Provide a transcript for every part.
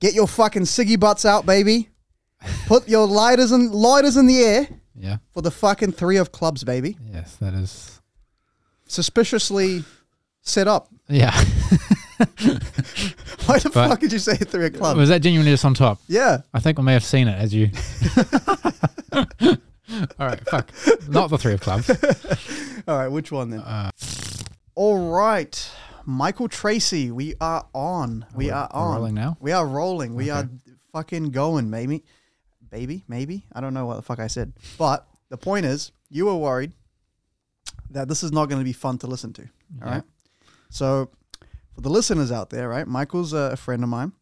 Get your fucking ciggy butts out, baby. Put your lighters and lighters in the air Yeah. for the fucking three of clubs, baby. Yes, that is. Suspiciously set up. Yeah. Why the But- fuck did you say three of clubs? Was that genuinely just on top? yeah. I think we may have seen it as you. All right, fuck. Not the three of clubs. All right, which one then? Uh, All right, Michael Tracy, we are on. We we're- are we're on. rolling now? We are rolling. We are Okay. fucking going, maybe. Baby, maybe. I don't know what the fuck I said. But the point is, you were worried that this is not going to be fun to listen to. All right. Yeah. So, for the listeners out there, right, Michael's a, a friend of mine.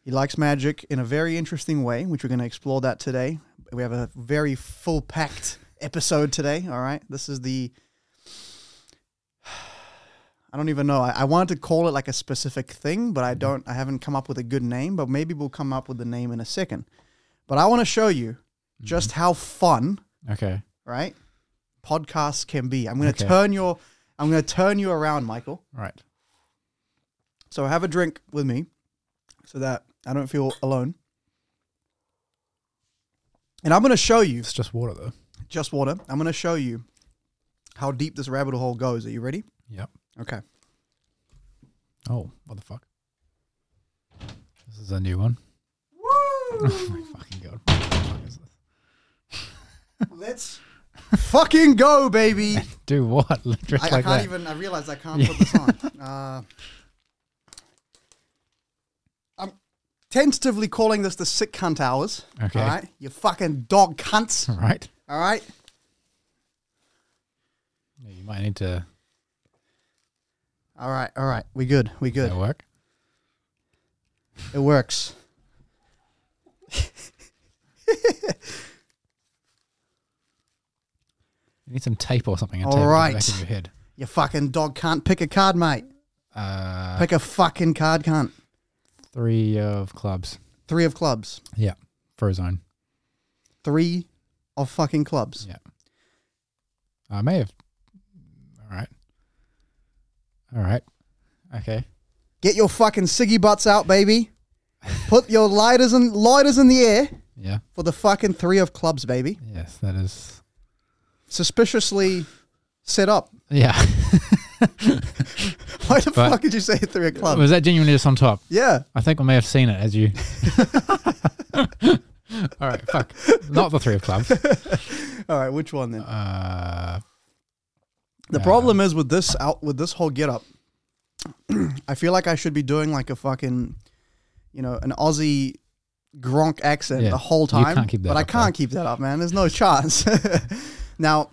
He likes magic in a very interesting way, which we're going to explore that today. We have a very full packed episode today. All right. This is the. I don't even know. I, I wanted to call it like a specific thing, but I don't. I haven't come up with a good name, but maybe we'll come up with the name in a second. But I want to show you just how fun Okay. right? Podcasts can be. I'm going to Okay. turn your, I'm going to turn you around, Michael. All right. So have a drink with me, so that I don't feel alone. And I'm going to show you It's just water, though. just water. I'm going to show you how deep this rabbit hole goes. Are you ready? Yep. Okay. Oh, what the fuck? This is a new one. Oh my fucking god. What the fuck is this? Let's fucking go, baby. Do what? Just I, I can't like that. even. I realize I can't put this on. Uh, I'm tentatively calling this the sick cunt hours. Okay. Hmm. All right, you fucking dog cunts. Right. All right. Yeah, you might need to All right. All right. We good. We good. that work. It works. You need some tape or something. And All tape it to right. The back of your head. You fucking dog cunt. Pick a card, mate. Uh, Pick a fucking card, cunt. three of clubs. Three of clubs. Yeah. Frozone. Three of fucking clubs. Yeah. I may have. All right. All right. Okay. Get your fucking ciggy butts out, baby. Put your lighters and lighters in the air Yeah. for the fucking three of clubs, baby. Yes, that is. Suspiciously set up. Yeah. Why the But- fuck did you say three of clubs? Was that genuinely just on top? Yeah. I think we may have seen it as you. All right. Fuck. Not the three of clubs. All right. Which one then? Uh, The Yeah. problem is with this out with this whole get up. I feel like I should be doing like a fucking, you know, an Aussie Gronk accent Yeah, the whole you time. can't keep that but I up, can't though. keep that up, man. There's no chance. now,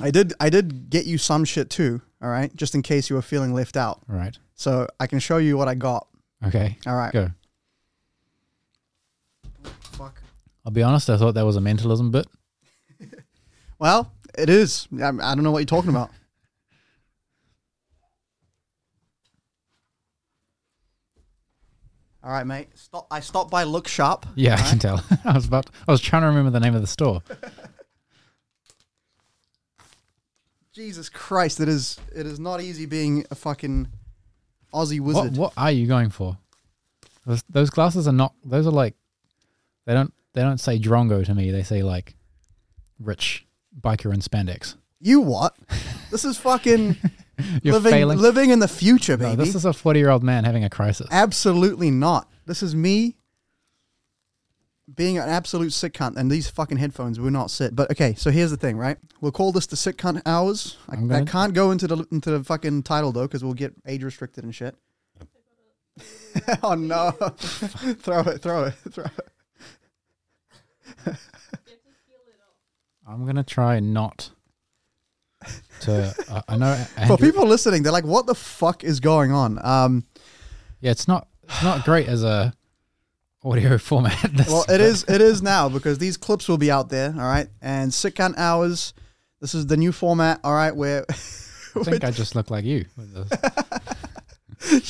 I did I did get you some shit too. All right, just in case you were feeling left out, all right. so I can show you what I got. Okay. All right. Go. Fuck. I'll be honest. I thought that was a mentalism bit. Well, it is. I, I don't know what you're talking about. All right, mate. Stop. I stopped by Look Sharp. Yeah, I can Alright. tell. I was about. I was trying to remember the name of the store. Jesus Christ! It is. It is not easy being a fucking Aussie What, wizard. what are you going for? Those, those glasses are not. Those are like. They don't. They don't say drongo to me. They say like, rich biker in spandex. You what? This is fucking You're living failing. living in the future, No, baby. this is a forty-year-old man having a crisis. Absolutely not. This is me being an absolute sick cunt, and these fucking headphones will not sit. But okay, so here's the thing, right? We'll call this the sick cunt hours. I, I'm I gonna- can't go into the into the fucking title though, because we'll get age restricted and shit. oh no! throw it! Throw it! Throw it! I'm gonna try not. To uh, I know. For Andrew- people listening, they're like, "What the fuck is going on?" Um, yeah, it's not. It's not great as a audio format. this, Well, but- it is it is now because these clips will be out there. All right, and sick cunt hours. This is the new format. All right, where I think I just look like you. with this.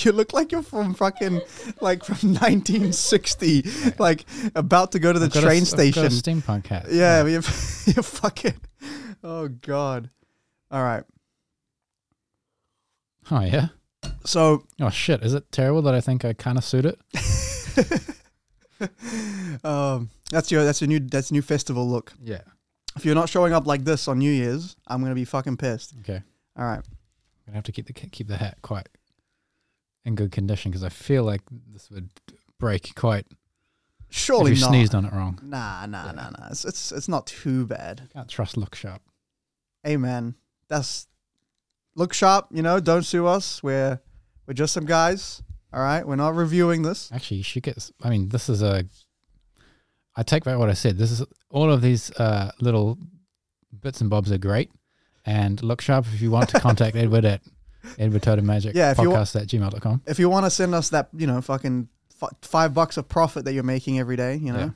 You look like you're from fucking like from 1960, like about to go to the I've got a train s- I've got station. a steampunk hat. yeah, you're, you're fucking. Oh god. All right. Oh yeah. So Oh shit! Is it terrible that I think I kind of suit it? um, that's your that's your new that's your new festival look. Yeah. If you're not showing up like this on New Year's, I'm gonna be fucking pissed. Okay. All right. I'm gonna have to keep the keep the hat quite in good condition because I feel like this would break quite. Surely if you not. sneezed on it wrong, Nah, nah, nah, nah. It's, it's it's not too bad. can't trust look sharp. Hey man, that's look sharp. You know, don't sue us. We're we're just some guys. All right, we're not reviewing this. Actually, she gets. I mean, this is a. I take back what I said. This is all of these uh, little bits and bobs are great, and look sharp if you want to contact Edward at Edward Totem Magic Yeah, if you wa- podcast at gmail.com. If you want to send us that, you know, fucking f- five bucks of profit that you're making every day, you know, Yeah.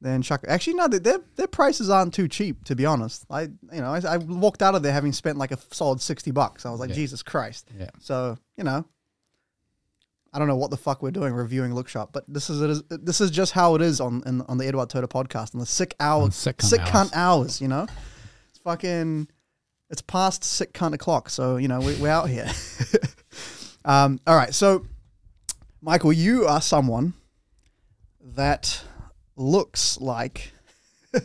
then chuck. Actually, no, their- their their prices aren't too cheap to be honest. I you know I, I walked out of there having spent like a solid sixty bucks. I was like, Yeah. Jesus Christ. Yeah. So you know, I don't know what the fuck we're doing reviewing Look Sharp, but this is it is this is just how it is on in, on the Edward Toda podcast on the sick hour On sick cunt sick hours. cunt hours. You know, it's fucking it's past sick cunt o'clock, so you know we, we're out here. um, all right, so Michael, you are someone that looks like. I'm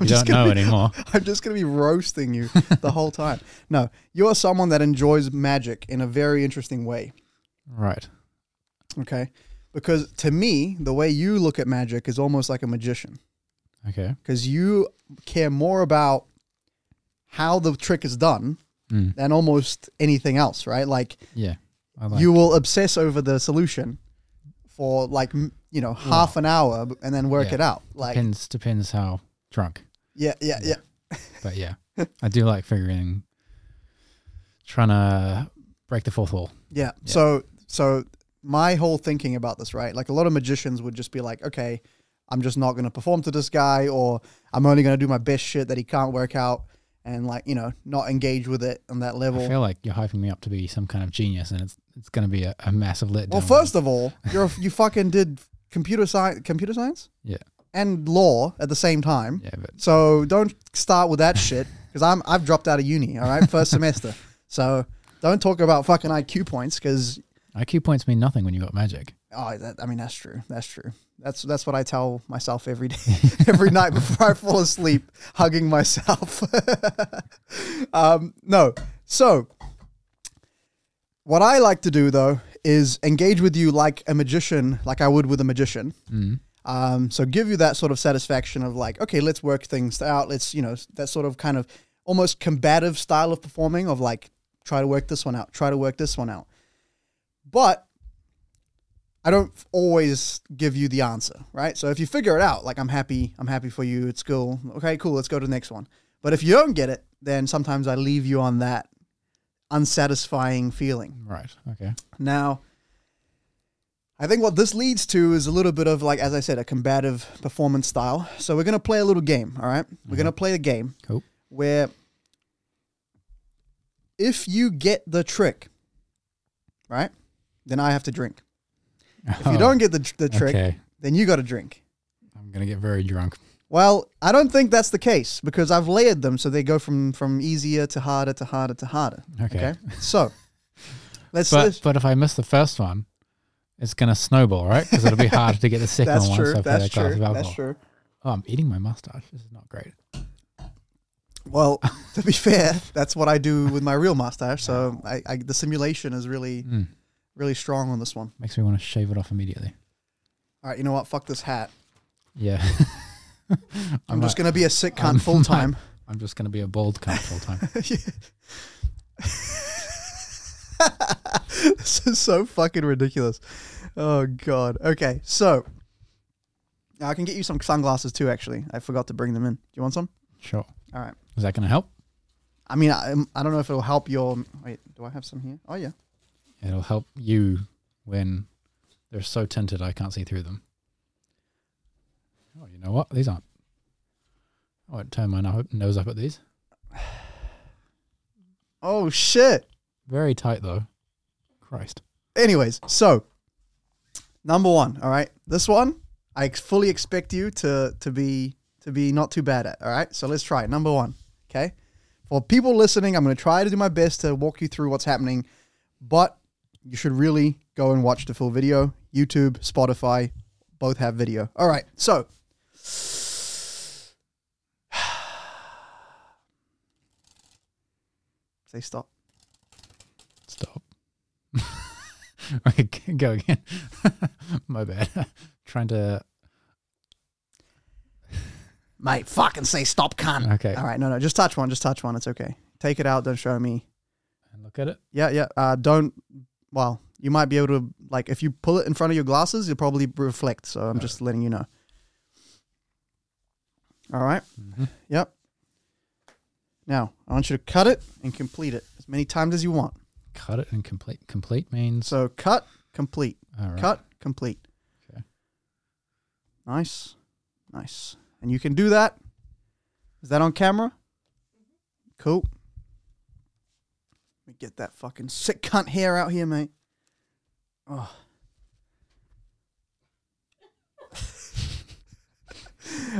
You don't gonna know be- anymore. I'm just going to be roasting you the whole time. No, you're someone that enjoys magic in a very interesting way. Right. Okay. Because to me, the way you look at magic is almost like a magician Okay. because you care more about how the trick is done Mm. than almost anything else, right? Like, Yeah. I like. you will obsess over the solution for like, m- you know, half an hour b- and then work Mm. Yeah. it out. Like, depends depends how drunk, yeah, yeah, yeah. but yeah, I do like figuring, trying to break the fourth wall. Yeah. So so my whole thinking about this, right? Like a lot of magicians would just be like, okay, I'm just not going to perform to this guy, or I'm only going to do my best shit that he can't work out, and like you know, not engage with it on that I level. feel like you're hyping me up to be some kind of genius, and it's it's going to be a, a massive letdown. Well, first of all, you're you fucking did computer science, computer science, Yeah. and law at the same time. Yeah, but So don't start with that shit because I'm I've dropped out of uni. All right, first semester. So don't talk about fucking IQ points because IQ points mean nothing when you got magic. Oh, that, I mean, that's true. That's true. That's that's what I tell myself every day, every night before I fall asleep, hugging myself. um, no, so what I like to do though is engage with you like a magician, like I would with a magician. Um, so give you that sort of satisfaction of like, okay, let's work things out. Let's you know that sort of kind of almost combative style of performing of like try to work this one out, try to work this one out, but I don't always give you the answer, right? So if you figure it out, like I'm happy, I'm happy for you, it's cool. Okay, cool, let's go to the next one. But if you don't get it, then sometimes I leave you on that unsatisfying feeling. Right. Okay. Now, I think what this leads to is a little bit of like, as I said, a combative performance style. So we're gonna play a little game. All right? we're gonna play a game Cool. where if you get the trick, right, then I have to drink. If Oh. you don't get the the trick, okay, then you got to drink. I'm gonna get very drunk. Well, I don't think that's the case because I've layered them so they go from from easier to harder to harder to harder. Okay. So let's. But let's- but if I miss the first one, it's gonna snowball, right? Because it'll be harder to get the second that's one. true. once I've had That's a glass true. of That's alcohol. true. Oh, I'm eating my mustache. This is not great. Well, to be fair, that's what I do with my real mustache. So I, I the simulation is really, Hmm. really strong on this one. Makes me want to shave it off immediately. All right, you know what? Fuck this hat. Yeah. I'm, might- just gonna be a sick cunt full time. I'm just gonna be a bald cunt full time. this is so fucking ridiculous. Oh god. Okay, so now I can get you some sunglasses too. Actually, I forgot to bring them in. Do you want some? Sure. All right. Is that gonna help? I mean, I, I don't know if it'll help your. Wait, do I have some here? Oh yeah. It'll help you when they're so tinted I can't see through them. Oh, you know what? These aren't. I won't turn my no- nose up at these. Oh shit. Very tight though. Christ. Anyways, so number one, all right. This one, I ex- fully expect you to to be to be not too bad at. All right, so let's try it. number one. Okay, for people listening, I'm going to try to do my best to walk you through what's happening, but you should really go and watch the full video. YouTube, Spotify, both have video. All right, so say stop. Stop. okay, g- go again. My bad. Trying to. Mate, fucking say stop, cunt. Okay. All right, no, no, just touch one, just touch one. It's okay. Take it out. Don't show me. And look at it. Yeah, yeah. Uh, don't. Well, you might be able to like if you pull it in front of your glasses, you'll probably reflect. So I'm just letting you know. All right. Mhm. Yep. Now I want you to cut it and complete it as many times as you want. Cut it and complete. Complete means. So cut, complete, All right. cut, complete. Okay. Nice, nice. And you can do that. Is that on camera? Cool. Let me get that fucking sick cunt hair out here, mate. Oh.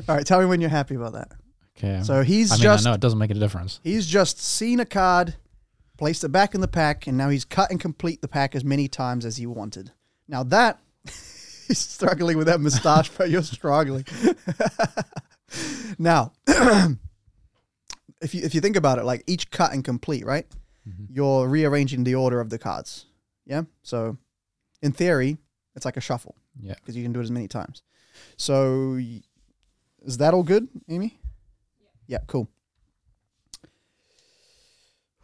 All right, tell me when you're happy about that. Okay. I'm- So he's I mean, just I know it doesn't make a difference. He's just seen a card, placed it back in the pack, and now he's cut and complete the pack as many times as he wanted. Now that he's struggling with that moustache, but you're struggling. now, if you if you think about it, like each cut and complete, right? You're rearranging the order of the cards. Yeah. So, in theory, it's like a shuffle. Yeah. Because you can do it as many times. So, y- is that all good, Amy? Yeah. Cool.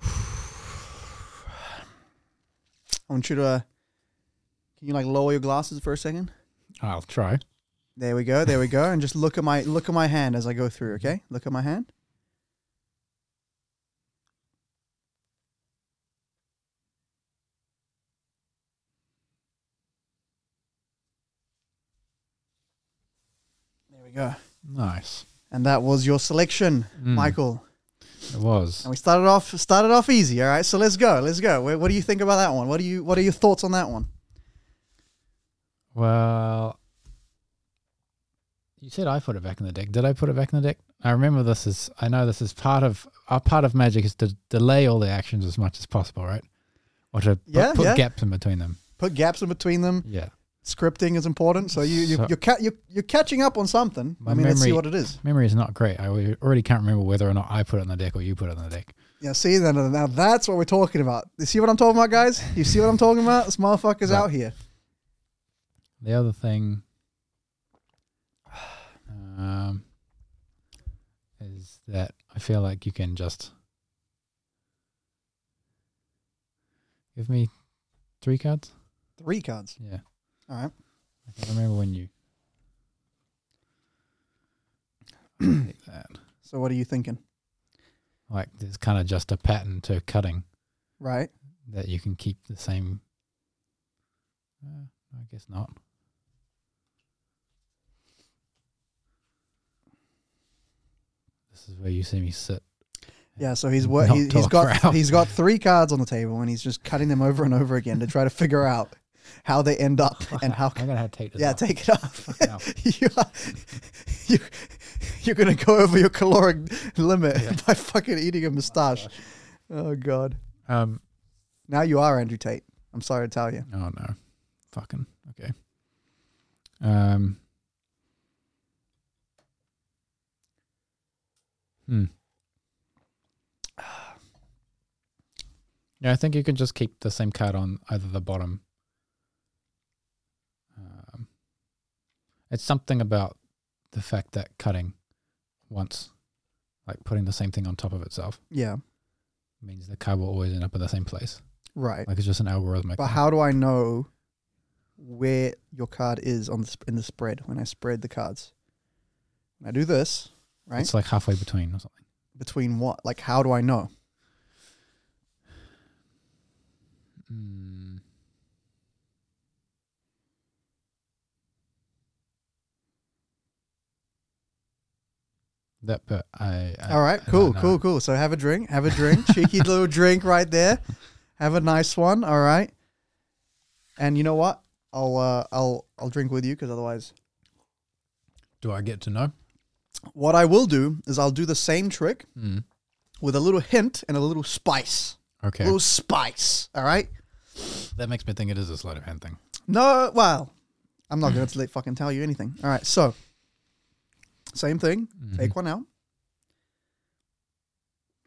I want you to. Uh, can you like lower your glasses for a second? I'll try. There we go. There we go. And just look at my look at my hand as I go through. Okay, look at my hand. There we go. Nice. And that was your selection, Mm, Michael. It was. And we started off started off easy. All right, so let's go. Let's go. What, what do you think about that one? What do you What are your thoughts on that one? Well, you said I put it back in the deck. Did I put it back in the deck? I remember this is. I know this is part of our part of magic is to delay all the actions as much as possible, right? Or to put, Yeah, put yeah. gaps in between them. Put gaps in between them. Yeah. scripting is important. So you, you So- you're, ca- you're you're catching up on something. My I mean, let's see memory- what it is. Memory is not great. I al- already can't remember whether or not I put it on the deck or you put it on the deck. Yeah, see then now that's what we're talking about. You see what I'm talking about, guys? You see what I'm talking about? This motherfucker's Right. out here. The other thing um, is that I feel like you can just give me three cards. Three cards. Yeah, All right. I can't remember when you. Take that. So what are you thinking? Like there's kind of just a pattern to cutting Right. that you can keep the same. Uh, I guess not. This is where you see me sit. Yeah. So he's what Not he, he's talk got. around. He's got three cards on the table, and he's just cutting them over and over again to try to figure out how they end up and how. I'm gonna have to take this. Yeah, off. Oh, take it off. Fucking hell. you are, you, you're gonna go over your caloric limit Yeah. by fucking eating a moustache. Oh god. um. Now you are Andrew Tate. I'm sorry to tell you. Oh no. Fucking okay. Um. Hmm. Yeah, I think you can just keep the same card on either the bottom. Um, it's something about the fact that cutting once, like putting the same thing on top of itself, Yeah, means the card will always end up in the same place. right. Like it's just an algorithmic. But thing. how do I know where your card is on the sp- in the spread when I spread the cards? When I do this right? It's like halfway between or something. between what? Like, how do I know? Mm. That, but I. I All right, Uh, I don't cool, know. cool, cool. So have a drink. Have a drink. Cheeky little drink right there. Have a nice one. All right. And you know what? I'll uh, I'll I'll drink with you because otherwise Do I get to know? what I will do is I'll do the same trick Mm. with a little hint and a little spice. Okay, Little spice. All right. that makes me think it is a sleight of hand thing. No, well, I'm not going to fucking tell you anything. All right, so same thing. Mhm. Take one out.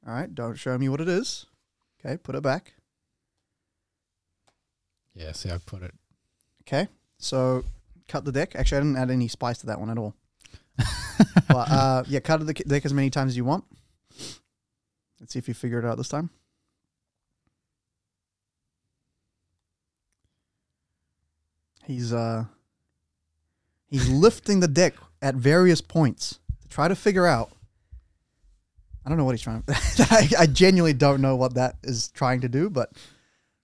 All right, don't show me what it is. Okay, put it back. Yeah, see, I put it. Okay, so cut the deck. Actually, I didn't add any spice to that one at all. but uh, yeah, cut the deck as many times as you want. Let's see if you figure it out this time. He's uh, he's lifting the deck at various points to try to figure out. I don't know what he's trying. I, I genuinely don't know what that is trying to do, but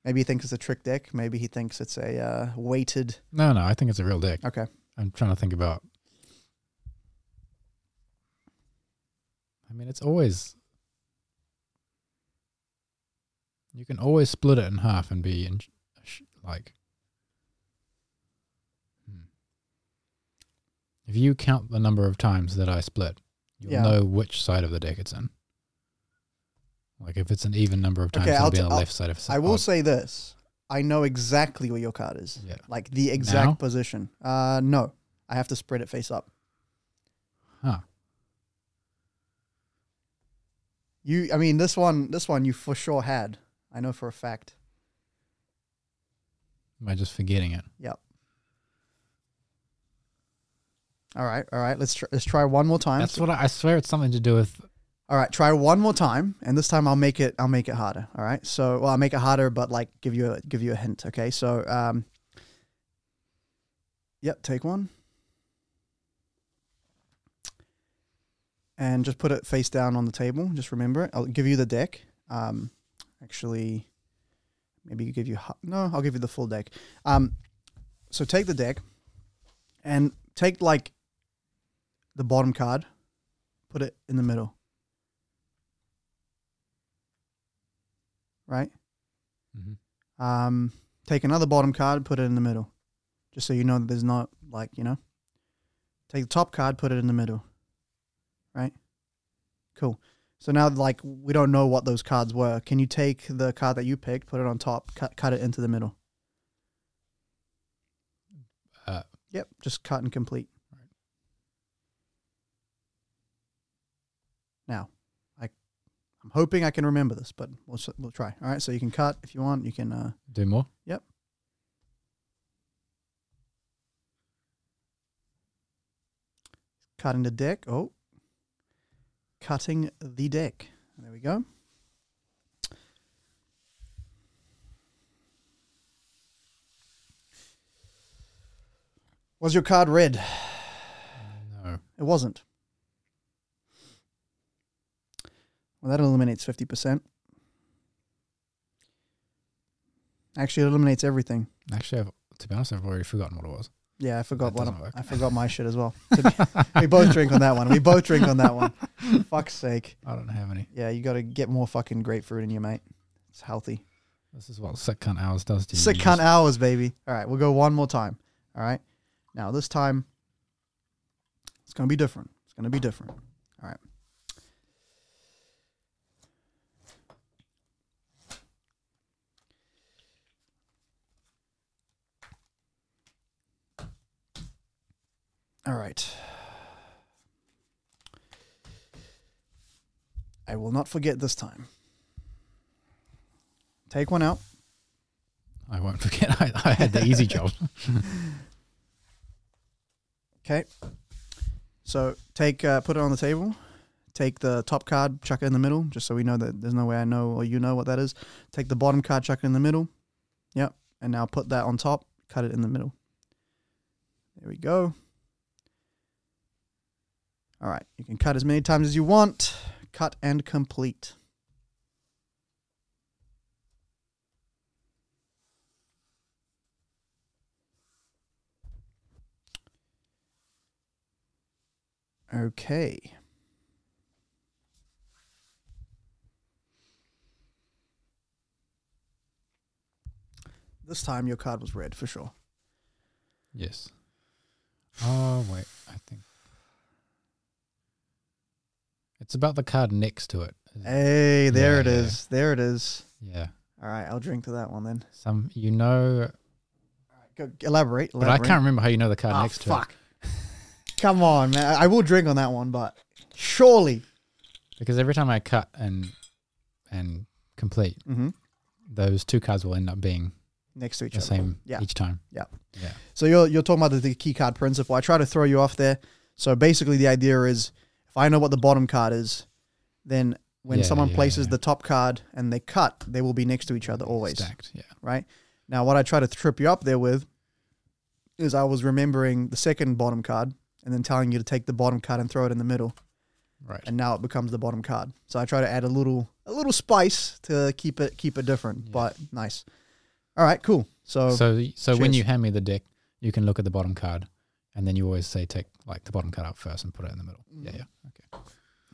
maybe he thinks it's a trick deck. Maybe he thinks it's a uh, weighted. No, no, I think it's a real deck. Okay. I'm trying to think about. I mean, it's always. You can always split it in half and be in, sh- like. Hmm. If you count the number of times that I split, you'll Yeah. know which side of the deck it's in. Like if it's an even number of times, Okay, it'll I'll be t- on the I'll- left side of. Oh, s- I will odd. say this: I know exactly where your card is, Yeah. like the exact Now? position. Uh, no, I have to spread it face up. Huh. You, I mean, this one, this one, you for sure had. I know for a fact. Am I just forgetting it? All right, all right. Let's tr- let's try one more time. That's what I, I swear. It's something to do with. all right, try one more time, and this time I'll make it. I'll make it harder. All right. So, well, I'll make it harder, but like give you a give you a hint. Okay. So, um, yep. Take one, and just put it face down on the table. Just remember it. I'll give you the deck. Um, actually, maybe give you ha- no. I'll give you the full deck. Um, so take the deck, and take like the bottom card. Put it in the middle. right? Mhm. Um, take another bottom card, put it in the middle, just so you know that there's not like you know. Take the top card, put it in the middle, right? Cool. So now, like, we don't know what those cards were. Can you take the card that you picked, put it on top, cut, cut it into the middle? Uh, Yep, just cut and complete. Now, I, I'm hoping I can remember this, but we'll s- we'll try. All right, so you can cut if you want. You can uh, do more. Cutting the deck. Oh, cutting the deck. There we go. Was your card red? No. It wasn't. Well, that eliminates 50%. Actually, it eliminates everything. Actually, I've, to be honest, I've already forgotten what it was. Yeah, I forgot That one. doesn't of- work. I forgot my shit as well. To be- we both drink on that one. We both drink on that one. Fuck's sake. I don't have any. Yeah, you got to get more fucking grapefruit in you, mate. It's healthy. This is what sick cunt hours does to you. Sick You cunt just- hours, baby. All right, we'll go one more time. All right. Now, this time, it's going to be different. It's going to be different. All right. All right. I will not forget this time. Take one out. I won't forget. I, I had the easy job. Okay. So take uh, put it on the table. Take the top card, chuck it in the middle, just so we know that there's no way I know or you know what that is. Take the bottom card, chuck it in the middle. Yep. And now put that on top, cut it in the middle. There we go. All right. You can cut as many times as you want. Cut and complete. Okay. This time your card was red for sure. Yes. Oh wait, I think it's about the card next to it. isn't Eh. it? Hey, there it Yeah. is. There it is. Yeah. All right, I'll drink to that one then. Some you know. Go, elaborate, elaborate. But I can't remember how you know the card Ah, next to fuck. Come on, man. I I will drink on that one, but surely. it. Because every time I cut and and complete, Mhm. those two cards will end up being Next to each the other. same Yeah. each time. Yeah. Yeah. So you're you're talking about the, the key card principle. I try to throw you off there. So basically, the idea is if I know what the bottom card is, then when Yeah, someone yeah, places yeah. the top card and they cut, they will be next to each other always. Stacked. Yeah. Right now, what I try to trip you up there with is I was remembering the second bottom card and then telling you to take the bottom card and throw it in the middle, Right. and now it becomes the bottom card. So I try to add a little a little spice to keep it keep it different, but nice. All right, cool. So, so so when cheers. you hand me the deck, you can look at the bottom card, and then you always say take like the bottom card out first and put it in the middle. Mm. Yeah. Yeah.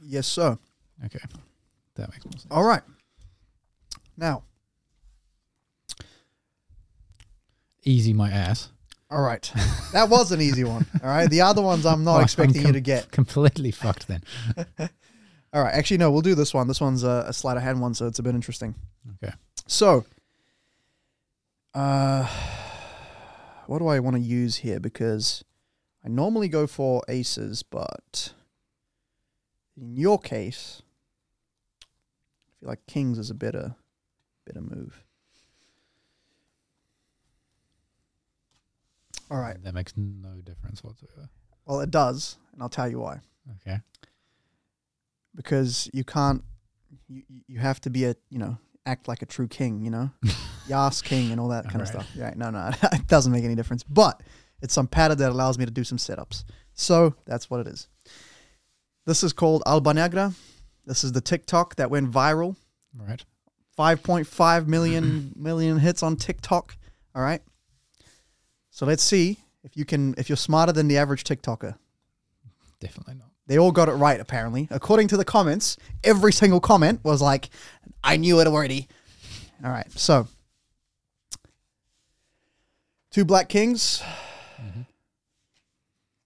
yes, sir. Okay. That makes more sense. All right. Now, Easy my ass. all right. That was an easy one. All right. The other ones I'm not Oh, I'm expecting you com- to get. Completely fucked then. All right. Actually, no, we'll do this one. This one's a, a sleight of hand one, so it's a bit interesting. Okay. So, uh, what do I want to use here? Because I normally go for aces, but in your case, I feel like kings is a better, better move. All right. That makes no difference whatsoever. Well, it does, and I'll tell you why. Okay. Because you can't, you you- you have to be a you know act like a true king, you know, Yas king and all that kind of Alright. stuff. Yeah, no, no, it doesn't make any difference. But it's some pattern that allows me to do some setups. So that's what it is. This is called Alba Negra. This is the TikTok that went viral. Right. 5.5 million million hits on TikTok. All right. So let's see if you can if you're smarter than the average TikToker. Definitely not. They all got it right, apparently. According to the comments, every single comment was like, I knew it already. All right, so. Two black kings,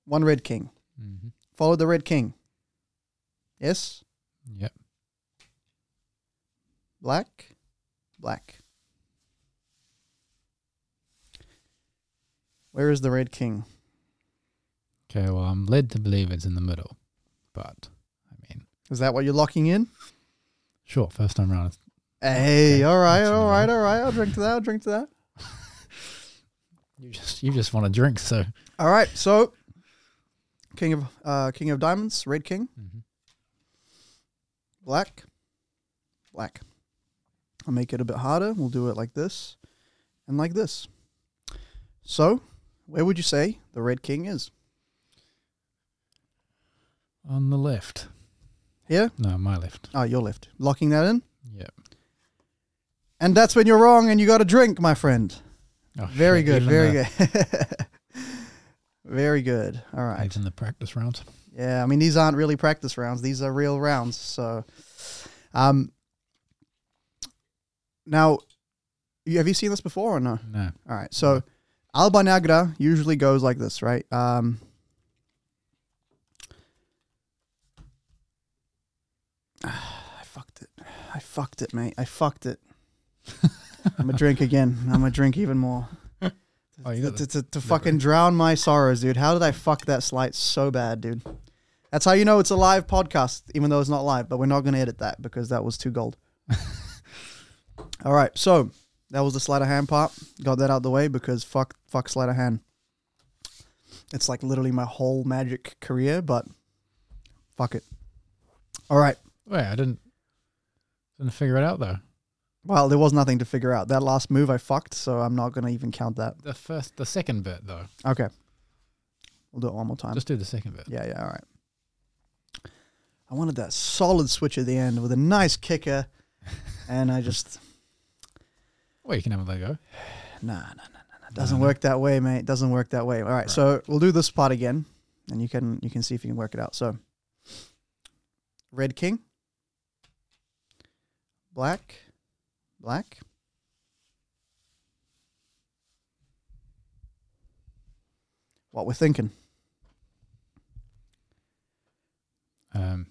one red king. Mm-hmm. Follow the red king. Yes, Yep. black, black. Where is the red king? Okay. Well, I'm led to believe it's in the middle, but I mean, Is that what you're locking in? sure. First time round, Hey, Okay, all right, that's all right, another all right. I'll drink to that. I'll drink to that. you just you just want to drink, so All right, so King of uh, King of Diamonds, Red King, Mhm. Black, Black. I'll make it a bit harder. We'll do it like this, and like this. So, where would you say the Red King is? on the left. Here? No, my left. Oh, your left. Locking that in, Yep. and that's when you're wrong, and you got to drink, my friend. Oh, Very shit, good, even very the- good, very good. All right. Even the practice round. Yeah, I mean these aren't really practice rounds; these are real rounds. So, um, now, you, have you seen this before or no? No. All right, so Alba Negra usually goes like this, right? Um, I fucked it. I fucked it, mate. I fucked it. I'm gonna drink again. I'm gonna drink even more. Oh, you to, got the- to, to, to fucking drown my sorrows, dude. How did I fuck that slide so bad, dude? That's how you know it's a live podcast, even though it's not live. But we're not gonna edit that because that was too gold. All right, so that was the sleight of hand part. Got that out the way because fuck, fuck sleight of hand. It's like literally my whole magic career, but fuck it. All right. Wait, I didn't didn't figure it out though. Well, there was nothing to figure out. That last move I fucked, so I'm not gonna even count that. The first, the second bit though. Okay. We'll do it one more time. Just do the second bit. Yeah, yeah, all right. I wanted that solid switch at the end with a nice kicker, and I just Well, you can have a go. nah, nah, nah, nah, nah. Doesn't work that way, mate. Doesn't work that way. All right, so we'll do this part again, and you can you can see if you can work it out. So, red king, black, black. What we're thinking? Um,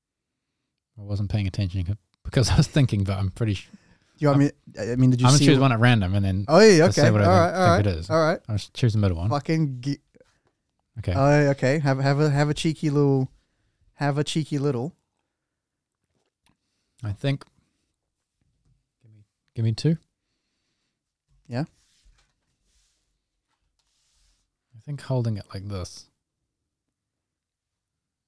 I wasn't paying attention c- because I was thinking, but I'm pretty. Sh- you want me? I mean, did you I'm gonna see? choose one at random and then Oh yeah, Just say okay. All what I right, think- all right, think it is. all right. I'll just choose the middle one. Fucking. Ge- Okay. Oh, okay. Have have a have a cheeky little, have a cheeky little. I think. Give me, give me two. Yeah. I think holding it like this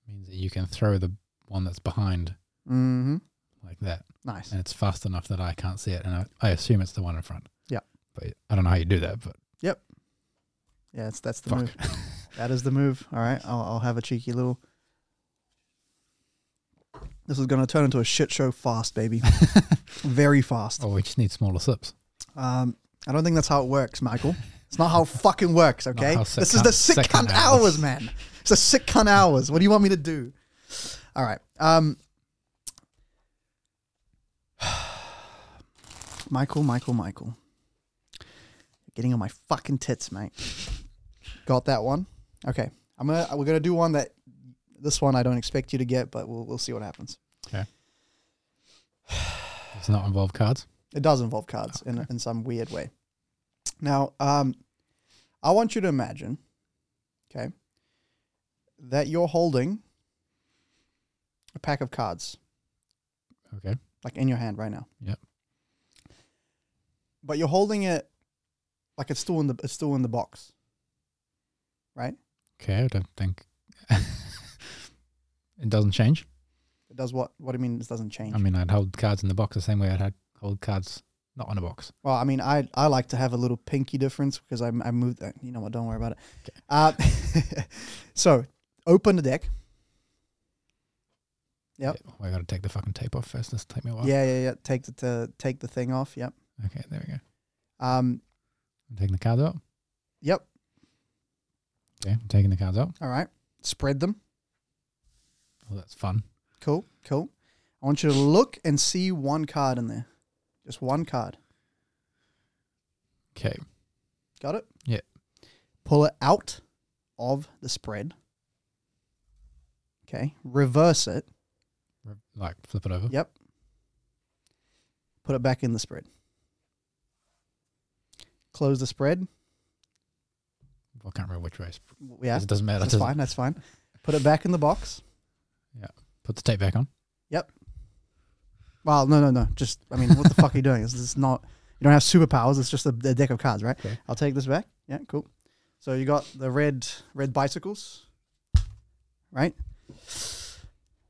means that you can throw the one that's behind Mm-hmm. like that, Nice. and it's fast enough that I can't see it, and I, I assume it's the one in front. Yeah. But I don't know how you do that, but Yeah, that's that's the fuck. move. That is the move. All right, I'll I'll have a cheeky little. This is gonna turn into a shit show fast, baby. Very fast. oh, we just need smaller sips. Um, I don't think that's how it works, Michael. It's not how it fucking works, okay? how sick This is the cunt- sick sick cunt cunt hours. hours. man. It's the sick cunt hours. What do you want me to do? All right. Um, Michael, Michael, Michael. Getting on my fucking tits, mate. Got that one? Okay. I'm gonna we're gonna do one that this one I don't expect you to get, but we'll we'll see what happens. Does not involve cards. It does involve cards in, in some weird way. Now, um, I want you to imagine, okay, that you're holding a pack of cards, Okay. like in your hand right now. Yep. But you're holding it like it's still in the it's still in the box. Right? Okay. I don't think it doesn't change. It does what? What do you mean? This doesn't change. I mean, I'd hold cards in the box the same way I'd had- hold cards not in a box. well, I mean, I I like to have a little pinky difference because I I moved. That. You know what? Don't worry about it. Uh, so, open the deck. Yep. Yeah, well, I got to take the fucking tape off first. This will take me a while. Yeah, yeah, yeah. Take the to take the thing off. Yep. Okay, there we go. Um. I'm taking the cards out. Yep. Okay, I'm taking the cards out. All right. Spread them. Oh, that's fun. Cool. Cool. I want you to look and see one card in there. Just one card. Okay. Got it. Yeah. Pull it out of the spread. Okay. Reverse it. re- Like, flip it over. Yep. Put it back in the spread. Close the spread. Well, I can't remember which race. Yeah. It doesn't matter. That's doesn't- fine. That's fine. Put it back in the box. Put the tape back on. Well, no, no, no. Just, I mean, what the fuck are you doing? This is not, you don't have superpowers. It's just a, a deck of cards, right? Okay. I'll take this back. Yeah, cool. So you got the red, red bicycles, right?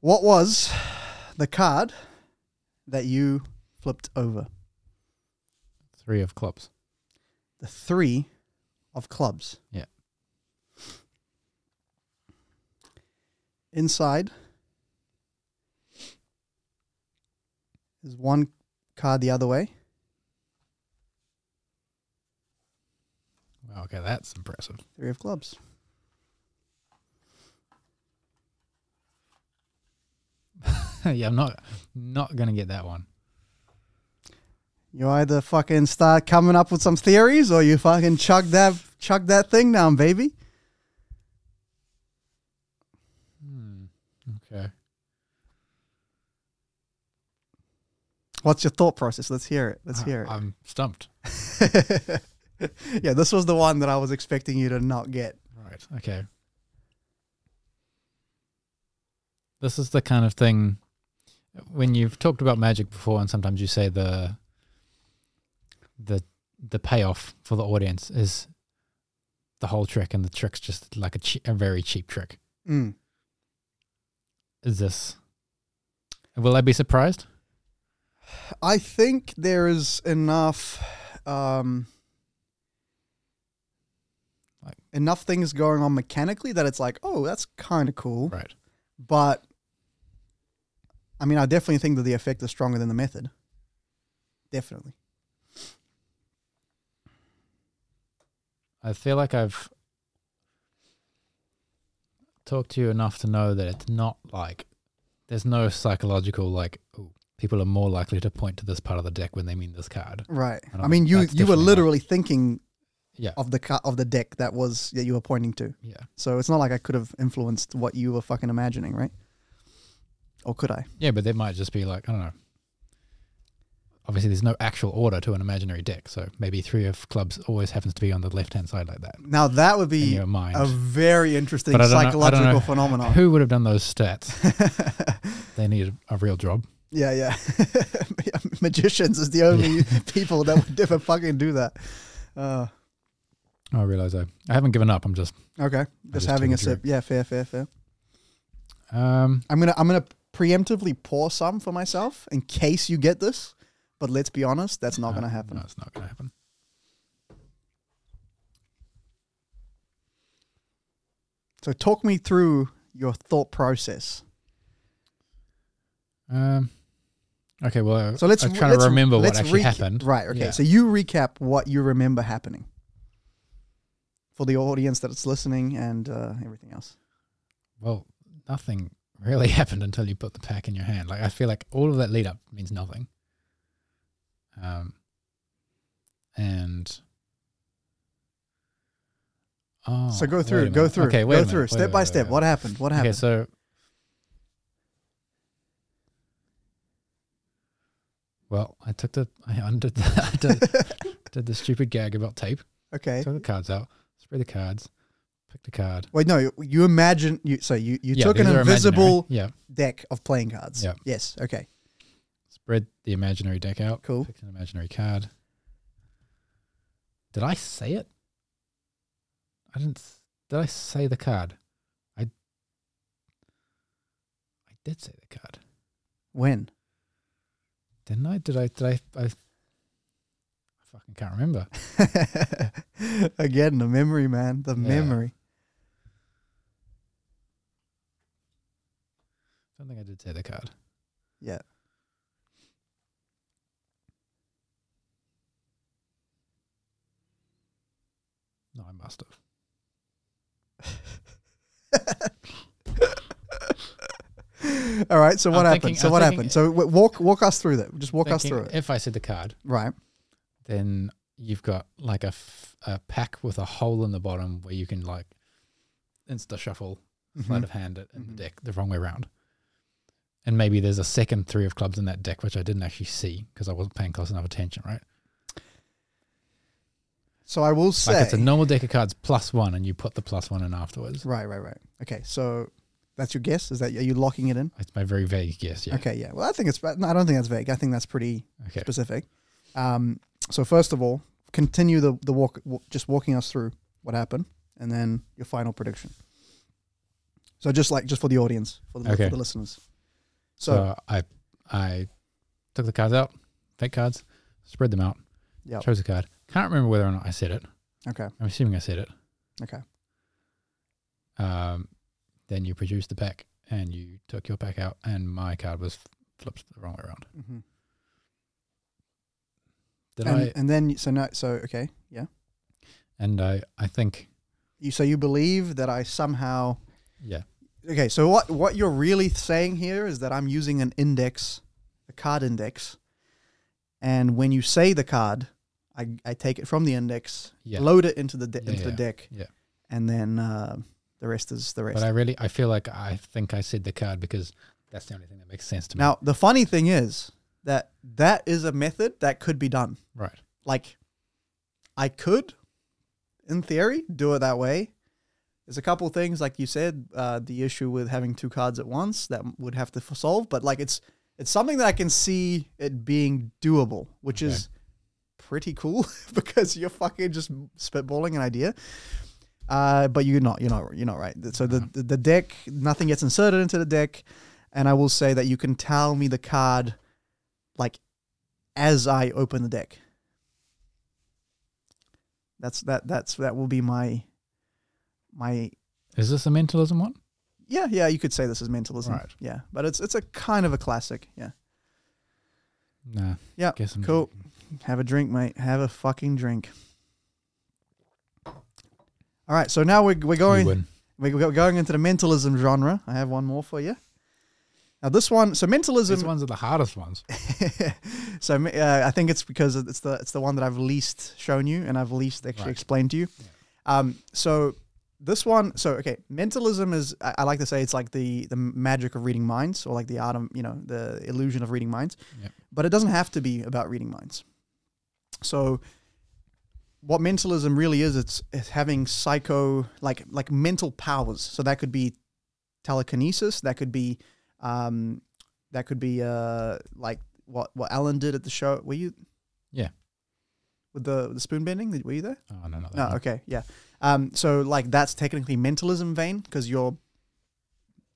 What was the card that you flipped over? Three of clubs. The three of clubs. Yeah. Inside is one card the other way. Wow, okay, that's impressive. Three of clubs. yeah, I'm not not gonna get that one. You either fucking start coming up with some theories or you fucking chug that chug that thing down, baby. Hmm. Okay. What's your thought process? Let's hear it. Let's hear I, I'm stumped. it. uh, yeah, this was the one that I was expecting you to not get. Right. Okay. This is the kind of thing when you've talked about magic before, and sometimes you say the the the payoff for the audience is the whole trick, and the trick's just like a che- a very cheap trick. Mm. Is this? Will I be surprised? I think there is enough um Like- enough things going on mechanically that it's like, oh, that's kind of cool. Right. But I mean, I definitely think that the effect is stronger than the method. Definitely. I feel like I've talked to you enough to know that it's not like there's no psychological like ooh, people are more likely to point to this part of the deck when they mean this card. Right. I I, don't- mean, you that's you were definitely not- literally thinking Yeah. of the ca- of the deck that was that you were pointing to. Yeah. So it's not like I could have influenced what you were fucking imagining, right? Or could I? Yeah, but they might just be like, I don't know. obviously there's no actual order to an imaginary deck. So maybe three of clubs always happens to be on the left hand side like that Now that would in be your mind. a very interesting But I don't know- I don't psychological know phenomenon. Who would have done those stats? They need a real job. yeah, yeah. Magicians is the only people that would ever fucking do that. Uh, Oh, I realize I, I haven't given up. I'm just okay, just, just having took a a sip. Yeah, fair, fair, fair. um, I'm gonna I'm gonna preemptively pour some for myself in case you get this. But let's be honest, that's not no, gonna happen. No, it's not gonna happen. So talk me through your thought process. Um, okay, well, uh, So let's I'm trying let's- to remember what let's actually reca- happened. Right. Okay. Yeah. So you recap what you remember happening for the audience that's listening and uh, everything else. Well, nothing really happened until you put the pack in your hand. Like I feel like all of that lead up means nothing. Um, and oh, so go wait a through, go minute. through, Okay, wait a go minute, through, wait, step wait, by wait, step. wait. What happened? What Okay, happened? so well, I took the I undid the, I did, did the stupid gag about tape. okay. Took the cards out, spread the cards, picked a card. Wait, no. you- You imagine you. So you you Yeah, took an these are imaginary. invisible Yeah, deck of playing cards. Yeah. Yes. Okay. spread the imaginary deck out. Cool. Picked an imaginary card. Did I say it? I didn't. s- Did I say the card? I. I did say the card, When? didn't I? Did I? Did I? I, I fucking can't remember. Again, the memory, man. The Yeah. memory. I don't think I did say the card. Yeah. No, I must have. All right. So I'm what happened? thinking- so I'm what thinking- happened? So w- walk walk us through that. Just walk us Thinking through it. If I said the card, Right. then you've got like a, f- a pack with a hole in the bottom where you can like insta shuffle, sleight of hand it in Mhm. the deck the wrong way around. And maybe there's a second three of clubs in that deck which I didn't actually see because I wasn't paying close enough attention, right? So I will say. Like it's a normal deck of cards plus one, and you put the plus one in afterwards. right. Right. Right. Okay. So that's your guess. Is that are you locking it in? It's my very vague guess. Yeah. Okay. Yeah. Well, I think it's. No, I don't think that's vague. I think that's pretty Okay. specific. Um. So first of all, continue the the walk. W- just walking us through what happened, and then your final prediction. So just like just for the audience, for the, Okay. for the listeners. So, So I I took the cards out, fake cards, spread them out, Yep. chose a card. Can't remember whether or not I said it. okay. I'm assuming I said it. Okay. Um, then you produced the pack and you took your pack out, and my card was flipped the wrong way around. hmm Did and, I? and then so no. So okay. Yeah. And I I think You so you believe that I somehow yeah okay. So what what you're really saying here is that I'm using an index, a card index, and when you say the card, I, I take it from the index, yeah. load it into the de- Yeah, into the yeah, deck, yeah. and then uh, the rest is the rest. But I really I feel like I think I said the card because that's the only thing that makes sense to me. now the funny thing is that that is a method that could be done. Right. Like, I could, in theory, do it that way. There's a couple of things, like you said, uh, the issue with having two cards at once that would have to f- solve. But like, it's it's something that I can see it being doable, which is pretty cool because you're fucking just spitballing an idea. Uh, but you're not, you're not, you're not right. So the, the the deck, nothing gets inserted into the deck, and I will say that you can tell me the card, like, as I open the deck. That's that that's that will be my my Is this a mentalism one? yeah, yeah, you could say this is mentalism. Right. Yeah. But it's it's a kind of a classic. Yeah. Nah. Yeah, Guess I'm cool. Have a drink, mate. Have a fucking drink. All right, so now we're, we're You going win. we're go- going into the mentalism genre. I have one more for you. Now this one, so mentalism. These ones are the hardest ones. so uh, I think it's because it's the it's the one that I've least shown you and I've least actually Right. explained to you. Um, so this one, so okay, mentalism is I, I like to say it's like the the magic of reading minds, or like the art of you know the illusion of reading minds. Yep. But it doesn't have to be about reading minds. So, what mentalism really is, it's, it's having psycho like like mental powers. So that could be telekinesis. That could be um, that could be uh like what what Alan did at the show. Were you? Yeah. With the the spoon bending, were you there? Oh no, not that. No, one. okay, yeah. Um, so like that's technically mentalism vein because you're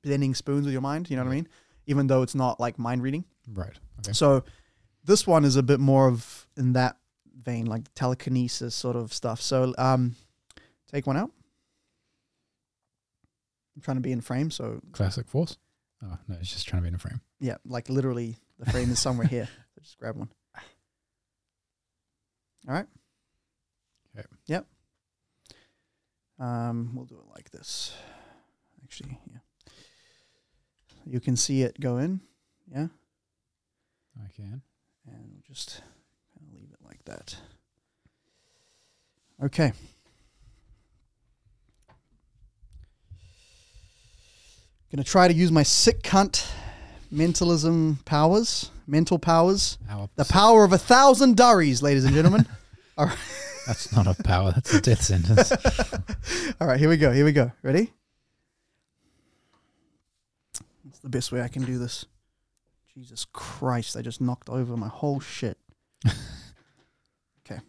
blending spoons with your mind. You know what I mean? Even though it's not like mind reading. Right. Okay. So this one is a bit more of in that vein, like telekinesis sort of stuff. So um, take one out. I'm trying to be in frame, so Classic force. Oh no, it's just trying to be in a frame. yeah, like literally the frame is somewhere here. So just grab one. All right. Okay. Yep. Um, we'll do it like this. Actually, yeah. You can see it go in. Yeah. I can. And we'll just kind of leave it like that. Okay. Gonna try to use my sick cunt mentalism powers, mental powers. Our The power of a thousand durries, ladies and gentlemen. That's not a power. That's a death sentence. All right, here we go. Here we go. Ready? That's the best way I can do this. Jesus Christ, I just knocked over my whole shit. okay.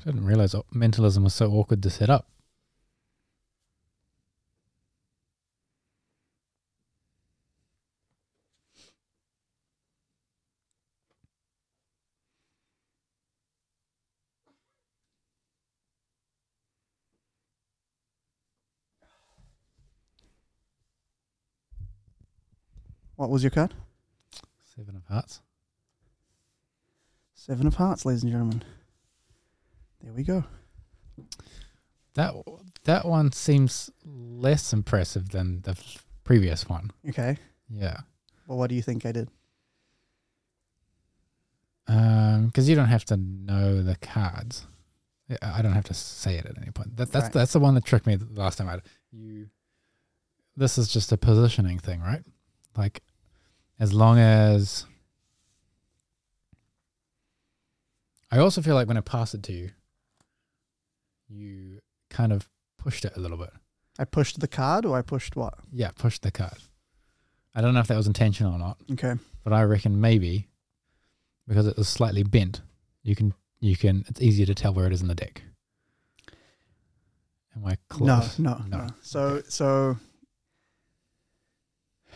I didn't realize o- mentalism was so awkward to set up. What was your card? Seven of Hearts. Seven of Hearts, ladies and gentlemen. There we go. That that one seems less impressive than the f- previous one. Okay. Yeah. Well, what do you think I did? because Um, you don't have to know the cards. Yeah, I don't have to say it at any point. That, that's Right. that's the one that tricked me the last time. I you, this is just a positioning thing, right? Like, as long as I also feel like when I pass it to you, you kind of pushed it a little bit. I pushed the card or I pushed what? Yeah, pushed the card. I don't know if that was intentional or not Okay. but I reckon maybe because it was slightly bent, you can you can it's easier to tell where it is in the deck. Am I close? No, no, No. no. So, so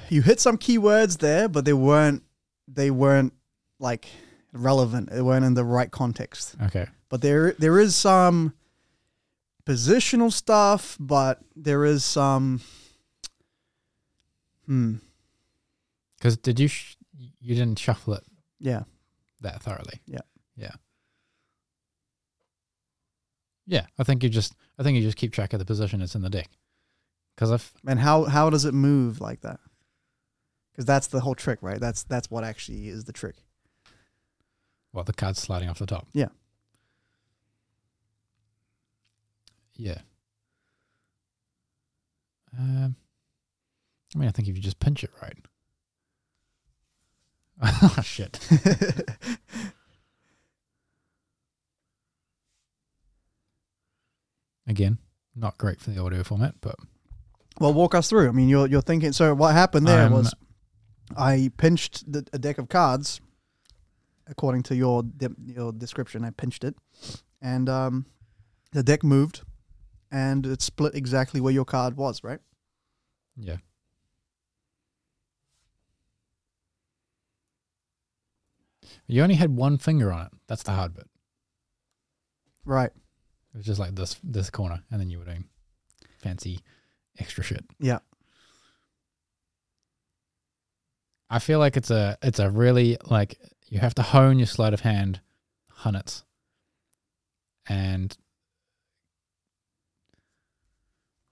you hit some keywords there, but they weren't they weren't like relevant. They weren't in the right context. Okay. But there there is some positional stuff, but there is some. Hmm. Because did you sh- you didn't shuffle it Yeah. that thoroughly? Yeah. Yeah. Yeah. I think you just I think you just keep track of the position it's in the deck. Because I've And how how does it move like that? Because that's the whole trick, right? That's that's what actually is the trick. well the card's sliding off the top. Yeah. Yeah. Um, I mean, I think if you just pinch it right. oh shit! Again, not great for the audio format, but Well, walk us through. I mean, you're you're thinking. So what happened there I'm- was, I pinched the, a deck of cards, according to your de- your description. I pinched it, and um, the deck moved, and it split exactly where your card was. Right. yeah. You only had one finger on it. That's the hard bit. Right. It was just like this this corner, and then you were doing fancy extra shit. Yeah. I feel like it's a it's a really like you have to hone your sleight of hand hunnits. And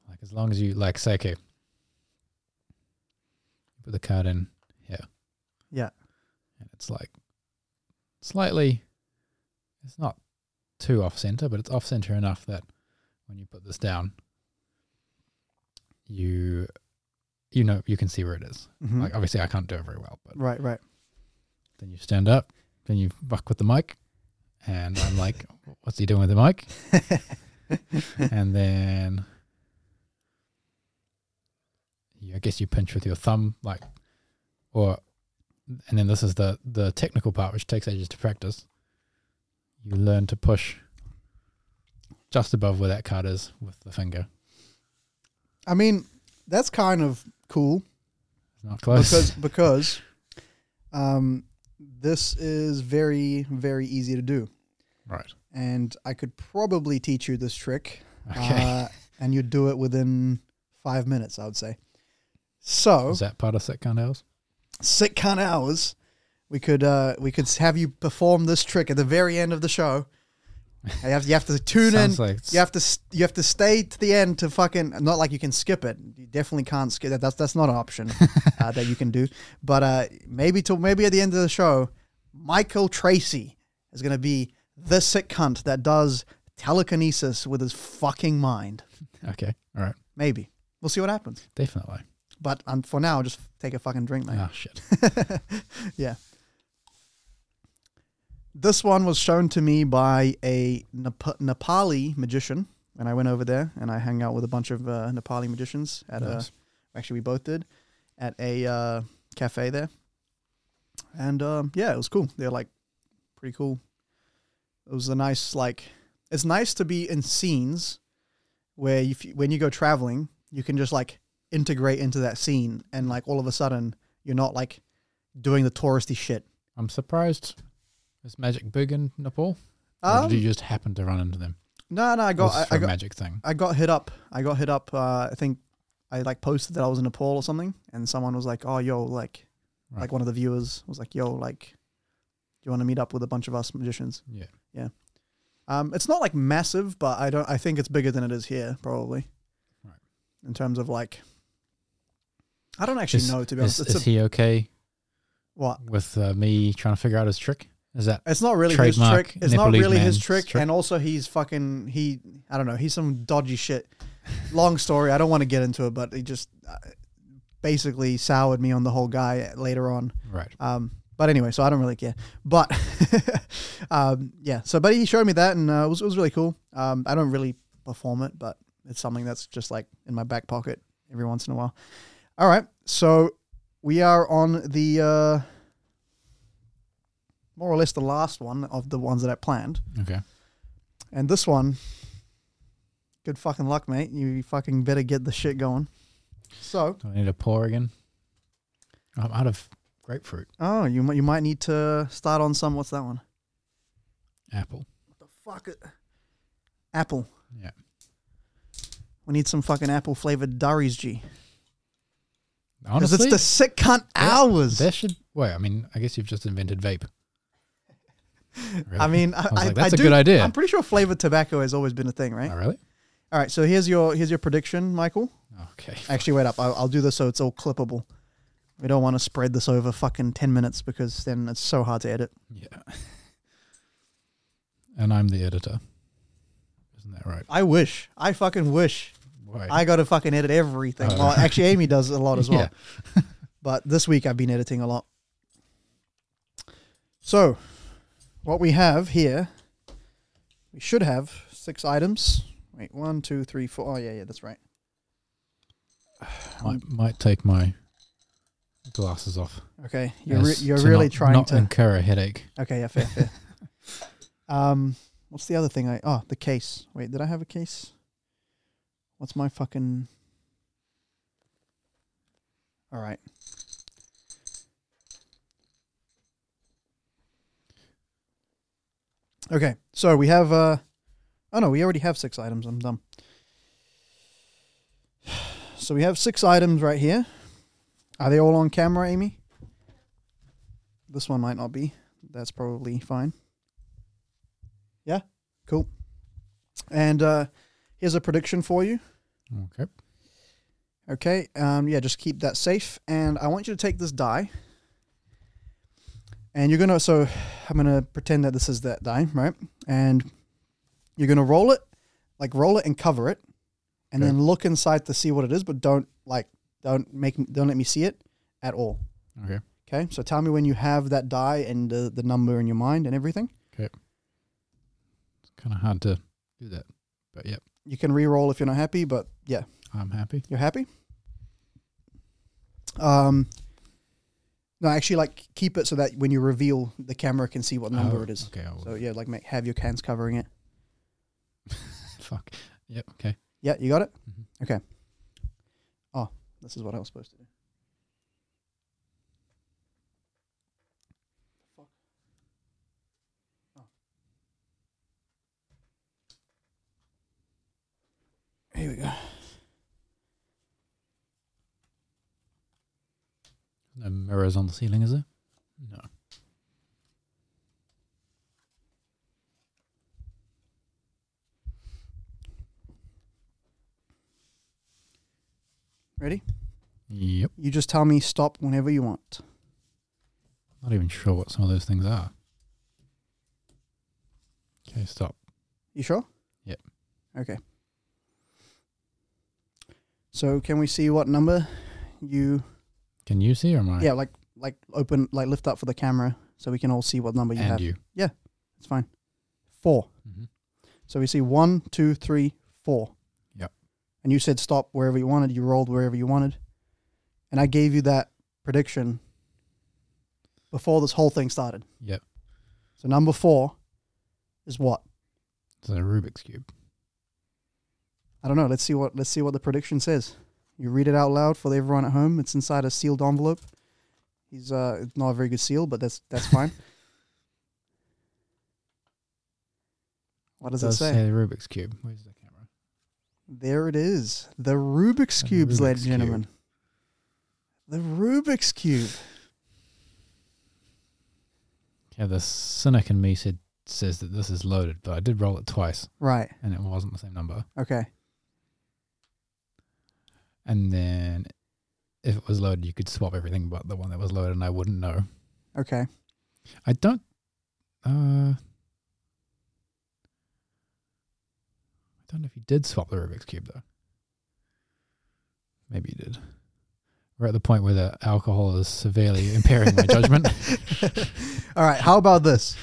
like as long as you like say okay put the card in here. Yeah. And it's like slightly It's not too off center, but it's off center enough that when you put this down, you you know you can see where it is. Mhm. Like obviously I can't do it very well, but right, right. then you stand up, then you fuck with the mic, and I'm like, what's he doing with the mic? and then you, I guess you pinch with your thumb, like, or, and then this is the the technical part, which takes ages to practice. You learn to push just above where that card is with the finger. I mean, that's kind of cool It's not close. because because um, this is very very easy to do, right. and I could probably teach you this trick, Okay. uh, and you'd do it within five minutes, I would say. So is that part of sitcom hours? sick cunt hours, we could uh, we could have you perform this trick at the very end of the show. You have, you have to tune in. Sounds like You have to s- you have to stay to the end to fucking not like you can skip it. You definitely can't skip that. That's that's not an option uh, that you can do. But uh, maybe till maybe at the end of the show, Michael Tracy is gonna be the sick cunt that does telekinesis with his fucking mind. okay. All right. Maybe we'll see what happens. Definitely. But um, for now, just take a fucking drink, mate. Oh shit. yeah. This one was shown to me by a Nep- Nepali magician, and I went over there and I hung out with a bunch of uh, Nepali magicians at Nice. a. Actually, we both did at a uh, cafe there, and um, yeah, it was cool. They're like pretty cool. It was a nice like. It's nice to be in scenes where if you, when you go traveling, you can just like integrate into that scene, and like all of a sudden you're not like doing the touristy shit. I'm surprised. Is magic big in Nepal? or Um, did you just happen to run into them? no, no, I Go, got, I, I a got, magic thing. I got hit up. I got hit up. Uh, I think I like posted that I was in Nepal or something, and someone was like, "Oh, yo, like, Right. like one of the viewers was like, yo, like, do you want to meet up with a bunch of us magicians?" Yeah. Um, it's not like massive, but I don't. I think it's bigger than it is here, probably. Right. In terms of like, I don't actually Is- know to be honest. Is, It's is a, he okay what? with uh, me trying to figure out his trick? Is that It's not really Trademark his trick. It's not Nepalese really his man's trick, trick. And also, he's fucking. He. I don't know. He's some dodgy shit. Long story. I don't want to get into it, but he just uh, basically soured me on the whole guy later on. right? Um, but anyway, so I don't really care. But um, yeah. So, but he showed me that, and uh, it was it was really cool. Um, I don't really perform it, but it's something that's just like in my back pocket every once in a while. All right. So we are on the uh, more or less the last one of the ones that I planned, Okay. and this one. Good fucking luck, mate. You fucking better get the shit going. So, Do I need a pour again? I'm out of grapefruit, oh, you mi- you might need to start on some. What's that one? apple. the fuck? it- Apple. Yeah. We need some fucking apple flavored durries, G. Because Honestly, it's the sick cunt hours. there should. Wait, I mean, I guess you've just invented vape. I Really? mean, I, was I- like, I that's a do- good idea. I'm pretty sure flavored tobacco has always been a thing, right? oh, really? All right, so here's your here's your prediction, Michael. Okay. Actually, wait up. I'll, I'll do this so it's all clippable. We don't want to spread this over fucking ten minutes because then it's so hard to edit. Yeah. And I'm the editor. Isn't that right? I wish. I fucking wish. Wait. I got to fucking edit everything. Oh. Well, actually, Amy does a lot as well. Yeah. but this week I've been editing a lot. So, what we have here, we should have six items. Wait, one, two, three, four. Oh, yeah, yeah, that's right. Um, might, might take my glasses off. Okay, you're, re- as you're to really not, trying not to. incur a headache. okay, yeah, fair, fair. um, what's the other thing I. Oh, the case. Wait, did I have a case? What's my fucking. All right. Okay, so we have. Uh, oh no, we already have six items. I'm dumb. So we have six items right here. Are they all on camera, Amy? This one might not be. That's probably fine. Yeah, cool. And uh, here's a prediction for you. Okay. Okay. Um, yeah, just keep that safe. And I want you to take this die And you're gonna so I'm gonna pretend that this is that die, right? And you're gonna roll it, like roll it and cover it, and Okay. then look inside to see what it is, but don't like don't make me- don't let me see it at all. Okay. Okay. So tell me when you have that die and the, the number in your mind and everything. It's kind of hard to do that. But yep, You can re-roll if you're not happy, but yeah, I'm happy. you're happy. Um. No, actually, like keep it so that when you reveal, the camera can see what number Oh, it is. Okay. I'll, So yeah, like make, have your hands covering it. Fuck. Yep. Okay. Yeah, you got it? Mhm. Okay. Oh, this is what I was supposed to do. Oh. Here we go. No mirrors on the ceiling, is there? No. Ready? Yep. You just tell me stop whenever you want. Not even sure what some of those things are. Okay. Stop. You sure? Yep. Okay. So can we see what number you Can you see or am I? Yeah, like like open like lift up for the camera so we can all see what number you and have. you. It's fine. Four. Mhm. So we see one, two, three, four. Yep. And you said stop wherever you wanted. You rolled wherever you wanted. And I gave you that prediction before this whole thing started. Yep. So number four is what? It's a Rubik's cube. I don't know. Let's see what let's see what the prediction says. You read it out loud for everyone at home. It's inside a sealed envelope. He's uh, it's not a very good seal, but that's that's fine. What does it, does say? say Rubik's cube. Where's the camera? There it is. The Rubik's The Cubes, ladies and Rubik's gentlemen. The Rubik's Cube. Yeah, the cynic in me said says that this is loaded, but I did roll it twice Right. and it wasn't the same number. Okay. And then if it was loaded, you could swap everything but the one that was loaded, and I wouldn't know. Okay. I don't. Uh, I don't know if you did swap the Rubik's cube though. Maybe you did. We're at the point where the alcohol is severely impairing my judgment. All right. How about this?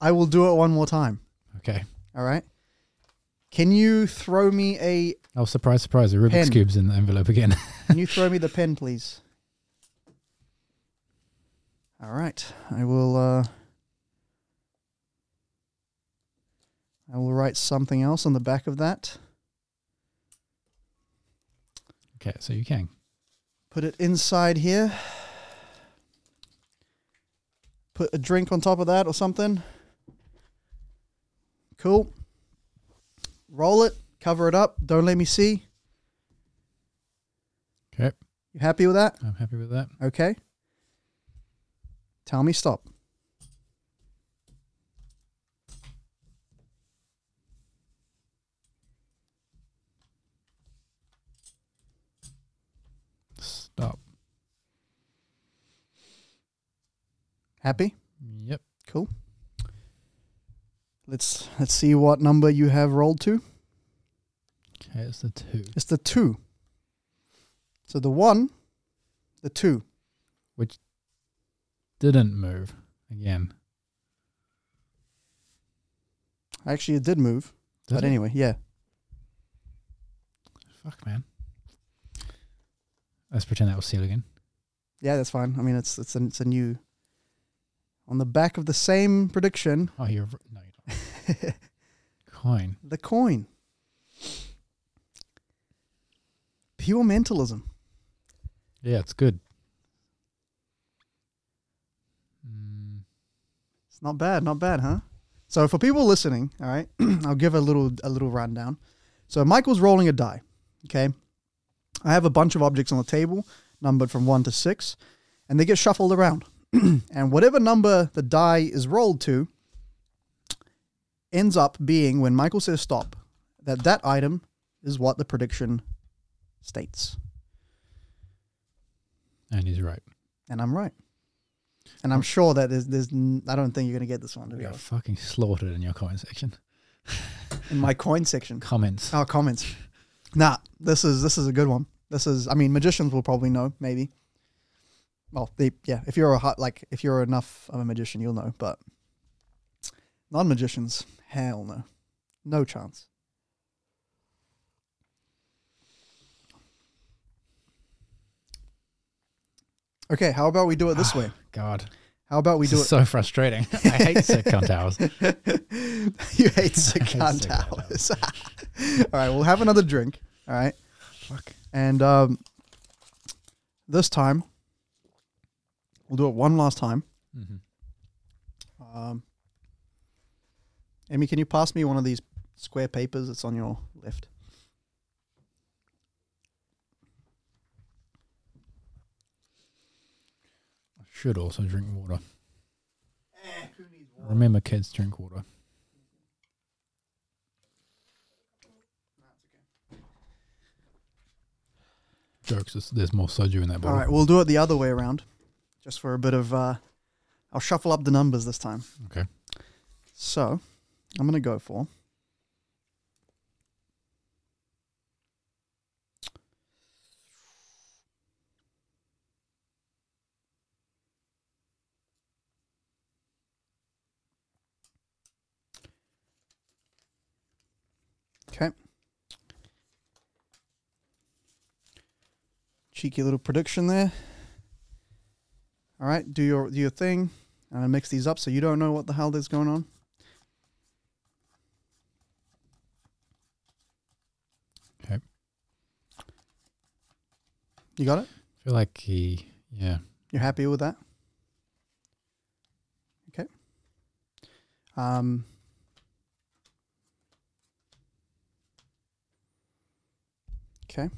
I will do it one more time. Okay. All right. Can you throw me a? Oh, surprise, surprise! The Rubik's Pen. cube's in the envelope again. Can you throw me the pen, please? All right. I will. Uh, I will write something else on the back of that. okay, so you can. Put it inside here. Put a drink on top of that or something. Cool. Roll it, cover it up. Don't let me see. Okay, You happy with that? I'm happy with that. Okay. Tell me stop. Stop. Happy? Yep. Cool. Let's let's see what number you have rolled to. Okay, it's the two. It's the 2. So the 1, the 2. Didn't move again. Actually it did move. Did but it? anyway, yeah. Fuck, man. Let's pretend that was sealed again. Yeah, that's fine. I mean, it's it's a, it's a new. On the back of the same prediction, Oh, you're no, you don't. Coin. the coin. Pure mentalism. Yeah, it's good. Mm, It's not bad, not bad, huh? So for people listening, all right, I'll give a little a little rundown. So Michael's rolling a die. Okay, I have a bunch of objects on the table, numbered from one to six, and they get shuffled around. and whatever number the die is rolled to, ends up being when Michael says stop, that that item is what the prediction states. and he's right. And I'm right. And I'm sure that there's, there's n- I don't think you're going to get this one, to We be got honest. fucking slaughtered in your comment section. In my coin section. Comments. Oh, comments. Nah, this is this is a good one. This is, I mean, magicians will probably know, maybe. Well, they, yeah, if you're a hot, like, if you're enough of a magician, you'll know. But non-magicians, hell no, no chance. Okay, how about we do it this way? Ah, God, How about we this do is it? so frustrating. I hate sitcom towers. you hate secant hours. all right, we'll have another drink. All right. Fuck. And um, this time, we'll do it one last time. hmm Um, Amy, can you pass me one of these square papers that's on your left? I should also drink water. Eh, Remember, kids drink water. Jokes. there's- There's more soju in that All bottle. right, we'll do it the other way around, just for a bit of. Uh, I'll shuffle up the numbers this time. Okay. So, I'm going to go for. Okay. Cheeky little prediction there. All right, do your do your thing. I'm gonna mix these up so you don't know what the hell is going on. Okay. You got it? I feel like he, yeah. You're happy with that? Okay. Um, okay.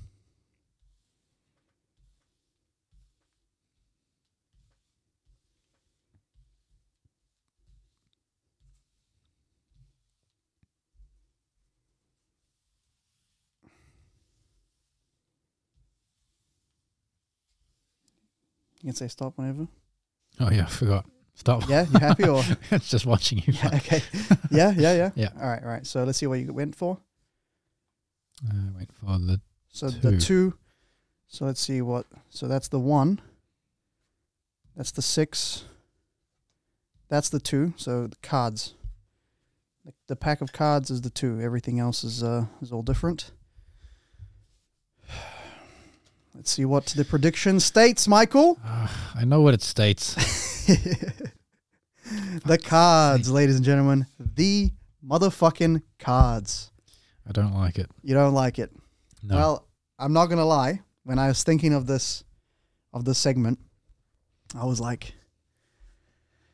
You can say stop whenever. Oh yeah, I forgot. Stop. Yeah, you happy or? it's just watching you. Yeah, okay. Yeah, yeah, yeah. Yeah. All right, all right. So let's see what you went for. Uh, wait for the So the Two. two. So let's see what. So that's the one. That's the six. That's the two. So the cards. The, the pack of cards is the two. Everything else is uh, is all different. Let's see what the prediction states, Michael. Ah, I know what it states. the cards, ladies and gentlemen. The motherfucking cards. I don't like it. You don't like it. No. Well, I'm not gonna lie. When I was thinking of this, of this segment, I was like,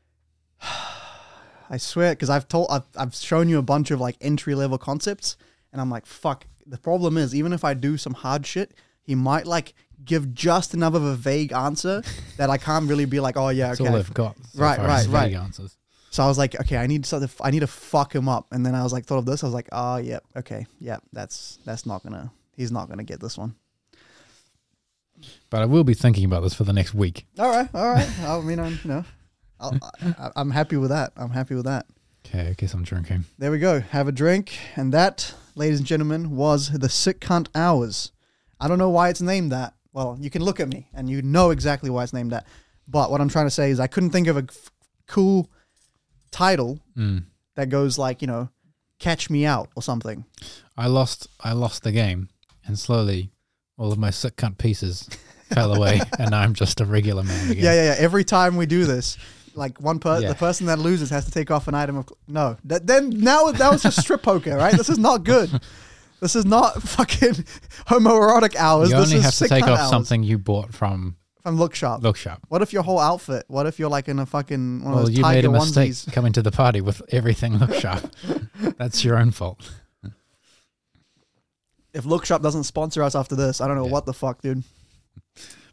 I swear, because I've told, I've, I've shown you a bunch of like entry level concepts, and I'm like, fuck. The problem is, even if I do some hard shit, he might like give just enough of a vague answer that I can't really be like, oh yeah, That's okay. all I've got. So Right, far right, is right. vague Answers. So I was like, okay, I need something. I need to fuck him up. And then I was like, thought of this. I was like, ah, yep, okay, yep. That's that's not gonna. He's not gonna get this one. But I will be thinking about this for the next week. All right, all right. I mean, I'm you know, I'll, I, I'm happy with that. I'm happy with that. Okay, I guess I'm drinking. There we go. Have a drink, and that, ladies and gentlemen, was the sick cunt hours. I don't know why it's named that. Well, you can look at me and you know exactly why it's named that. But what I'm trying to say is, I couldn't think of a f- cool title Mm. that goes like you know, "Catch Me Out" or something. I lost. I lost the game, and slowly, all of my sick cunt pieces fell away, and now I'm just a regular man again. Yeah, yeah, yeah. Every time we do this, like one per Yeah. the person that loses has to take off an item of cl- no. That, then now that was just strip poker, right? This is not good. This is not fucking homoerotic hours. You this only is have to sick take cunt off hours something you bought from from Look Sharp. Look Sharp. What if your whole outfit? What if you're like in a fucking one of Well, those you made tiger a mistake onesies? coming to the party with everything Look Sharp. That's your own fault. If Look Sharp doesn't sponsor us after this, I don't know Yeah. what the fuck, dude.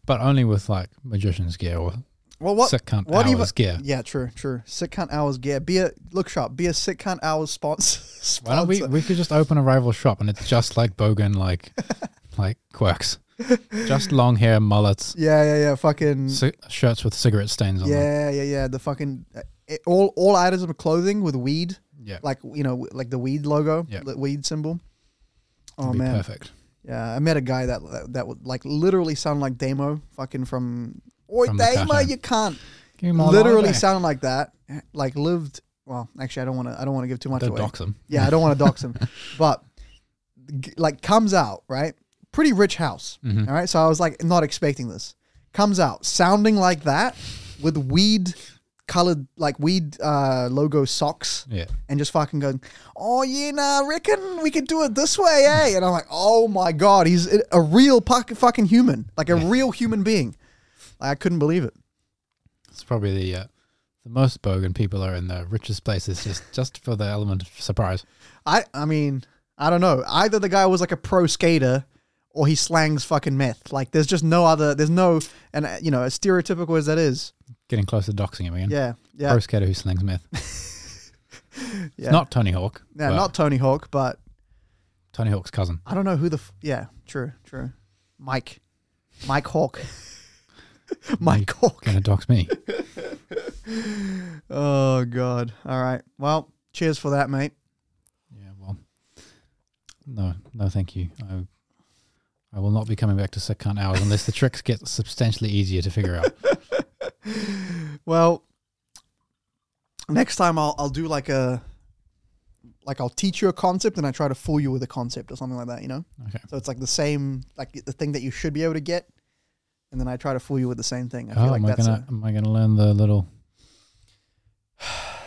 But only with like magician's gear or Well, what? sick cunt what hours even- gear. Yeah, true, true. Sick cunt hours. Yeah, be a Look Sharp. Be a sick cunt hours sponsor. Why don't we? sponsor. We could just open a rival shop, and it's just like Bogan, like like quirks. Just long hair, mullets, Yeah, yeah, yeah. Fucking ci- shirts with cigarette stains on them. yeah, yeah, yeah. The fucking uh, it, all all items of clothing with weed, Yeah, like you know, like the weed logo, Yeah. the weed symbol. it'd Oh be man, perfect. yeah. I met a guy that that, that would like literally sound like Damo, fucking from Oi From the Damo, cartoon. you can't Give him all the literally holiday. sound like that. Like lived. Well, actually, I don't want to. I don't want to give too much Don't away. dox him. Yeah, I don't want to dox him, but g- like comes out right, pretty rich house. Mhm. All right, so I was like not expecting this. Comes out sounding like that with weed colored like weed uh, logo socks Yeah, and just fucking going, oh yeah, nah, I reckon we could do it this way, eh? And I'm like, oh my god, he's a- a real puck- fucking human, like a real human being. Like, I couldn't believe it. it's probably the uh, the most bogan people are in the richest places just just for the element of surprise. I I mean, I don't know. Either the guy was like a pro skater or he slangs fucking meth. Like there's just no other there's no and uh, you know, as stereotypical as that is. Getting close to doxing him again. Yeah. Yeah. Pro skater who slings meth. Yeah. It's not Tony Hawk. yeah, but not Tony Hawk, but Tony Hawk's cousin. I don't know who the f- yeah, true, true. Mike. Mike Hawk. Mike Hawk. Gonna dox me. Oh god. All right. Well, cheers for that, mate. Yeah, well, no, no, thank you. I, I will not be coming back to sick cunt hours unless the tricks get substantially easier to figure out. Well, next time I'll I'll do like a like I'll teach you a concept and I try to fool you with a concept or something like that, you know? Okay. So it's like the same, like the thing that you should be able to get, and then I try to fool you with the same thing. I feel Oh, like am I that's gonna am I gonna learn the little? a,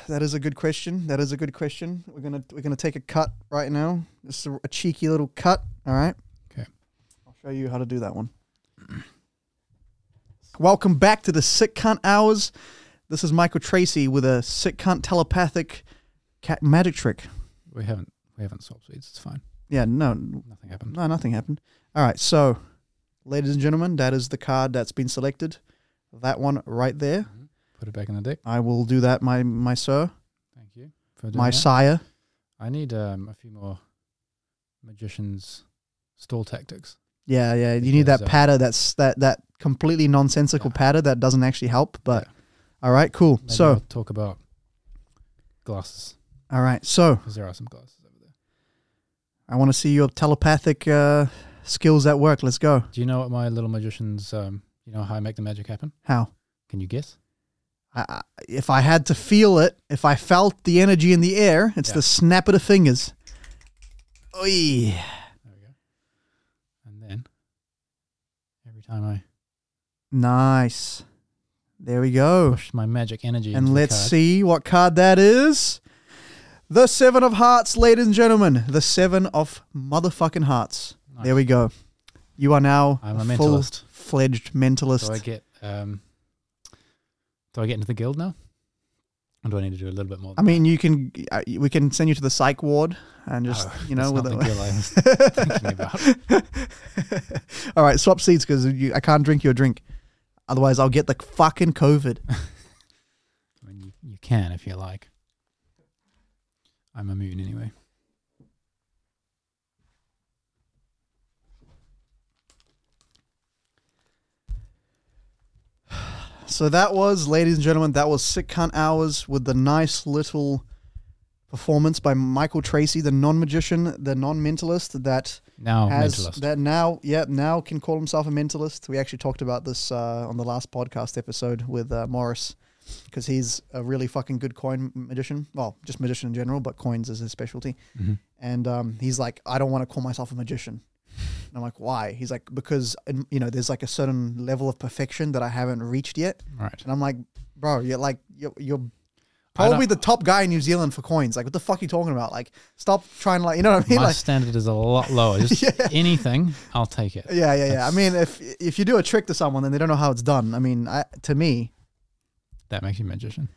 that is a good question. That is a good question. We're gonna we're gonna take a cut right now. Just a, a cheeky little cut. All right. 'Kay. I'll show you how to do that one. Welcome back to the sick cunt hours. This is Michael Tracy with a sick cunt telepathic cat magic trick. We haven't we haven't swapped seats. It's fine. Yeah. No. Nothing happened. No, nothing happened. All right, so, ladies and gentlemen, that is the card that's been selected. That one right there. Mm-hmm. Put it back in the deck. I will do that, my my sir, Thank you for doing my that. sire. I need um, a few more magicians stall tactics. Yeah, yeah. You need that Because, uh, patter. That's that that completely nonsensical Yeah. patter that doesn't actually help. But all right, cool. Maybe So we'll talk about glasses all right, so because there are some glasses over there. I want to see your telepathic uh, skills at work. Let's go. Do you know what my little magicians? Um, you know how I make the magic happen? How? Can you guess? I, I, if I had to feel it, if I felt the energy in the air, it's Yeah. the snap of the fingers. Oi. There we go. And then every time I Nice. There we go. push my magic energy, into And the let's card, see what card that is. The Seven of Hearts, ladies and gentlemen. The Seven of motherfucking Hearts. Nice. There we go. You are now I'm a full mentalist. fledged Do mentalist. I get um? Do I get into the guild now? Or do I need to do a little bit more? I mean, you can. Uh, we can send you to the psych ward and just Oh, you know that's with not the a. guild I was thinking about. All right, swap seats because I can't drink your drink. Otherwise, I'll get the fucking COVID. I mean, you, you can if you like. I'm immune anyway. So that was, ladies and gentlemen, that was Sick Cunt Hours with the nice little performance by Michael Tracy, the non-magician, the non-mentalist that Now has mentalist. that now, yeah, now can call himself a mentalist. We actually talked about this uh, on the last podcast episode with uh, Morris because he's a really fucking good coin magician. Well, just magician in general, but coins is his specialty. Mhm. And um, he's like, I don't want to call myself a magician. And I'm like, why? He's like, because um, you know, there's like a certain level of perfection that I haven't reached yet. Right. And I'm like, bro, you're like, you're, you're I don't- probably the top guy in New Zealand for coins. Like, what the fuck are you talking about? Like, stop trying to, like, you know what I mean? My Like, standard is a lot lower. Just Yeah. anything, I'll take it. yeah, yeah, yeah. I mean, if if you do a trick to someone and they don't know how it's done, I mean, I, to me, That makes you a magician.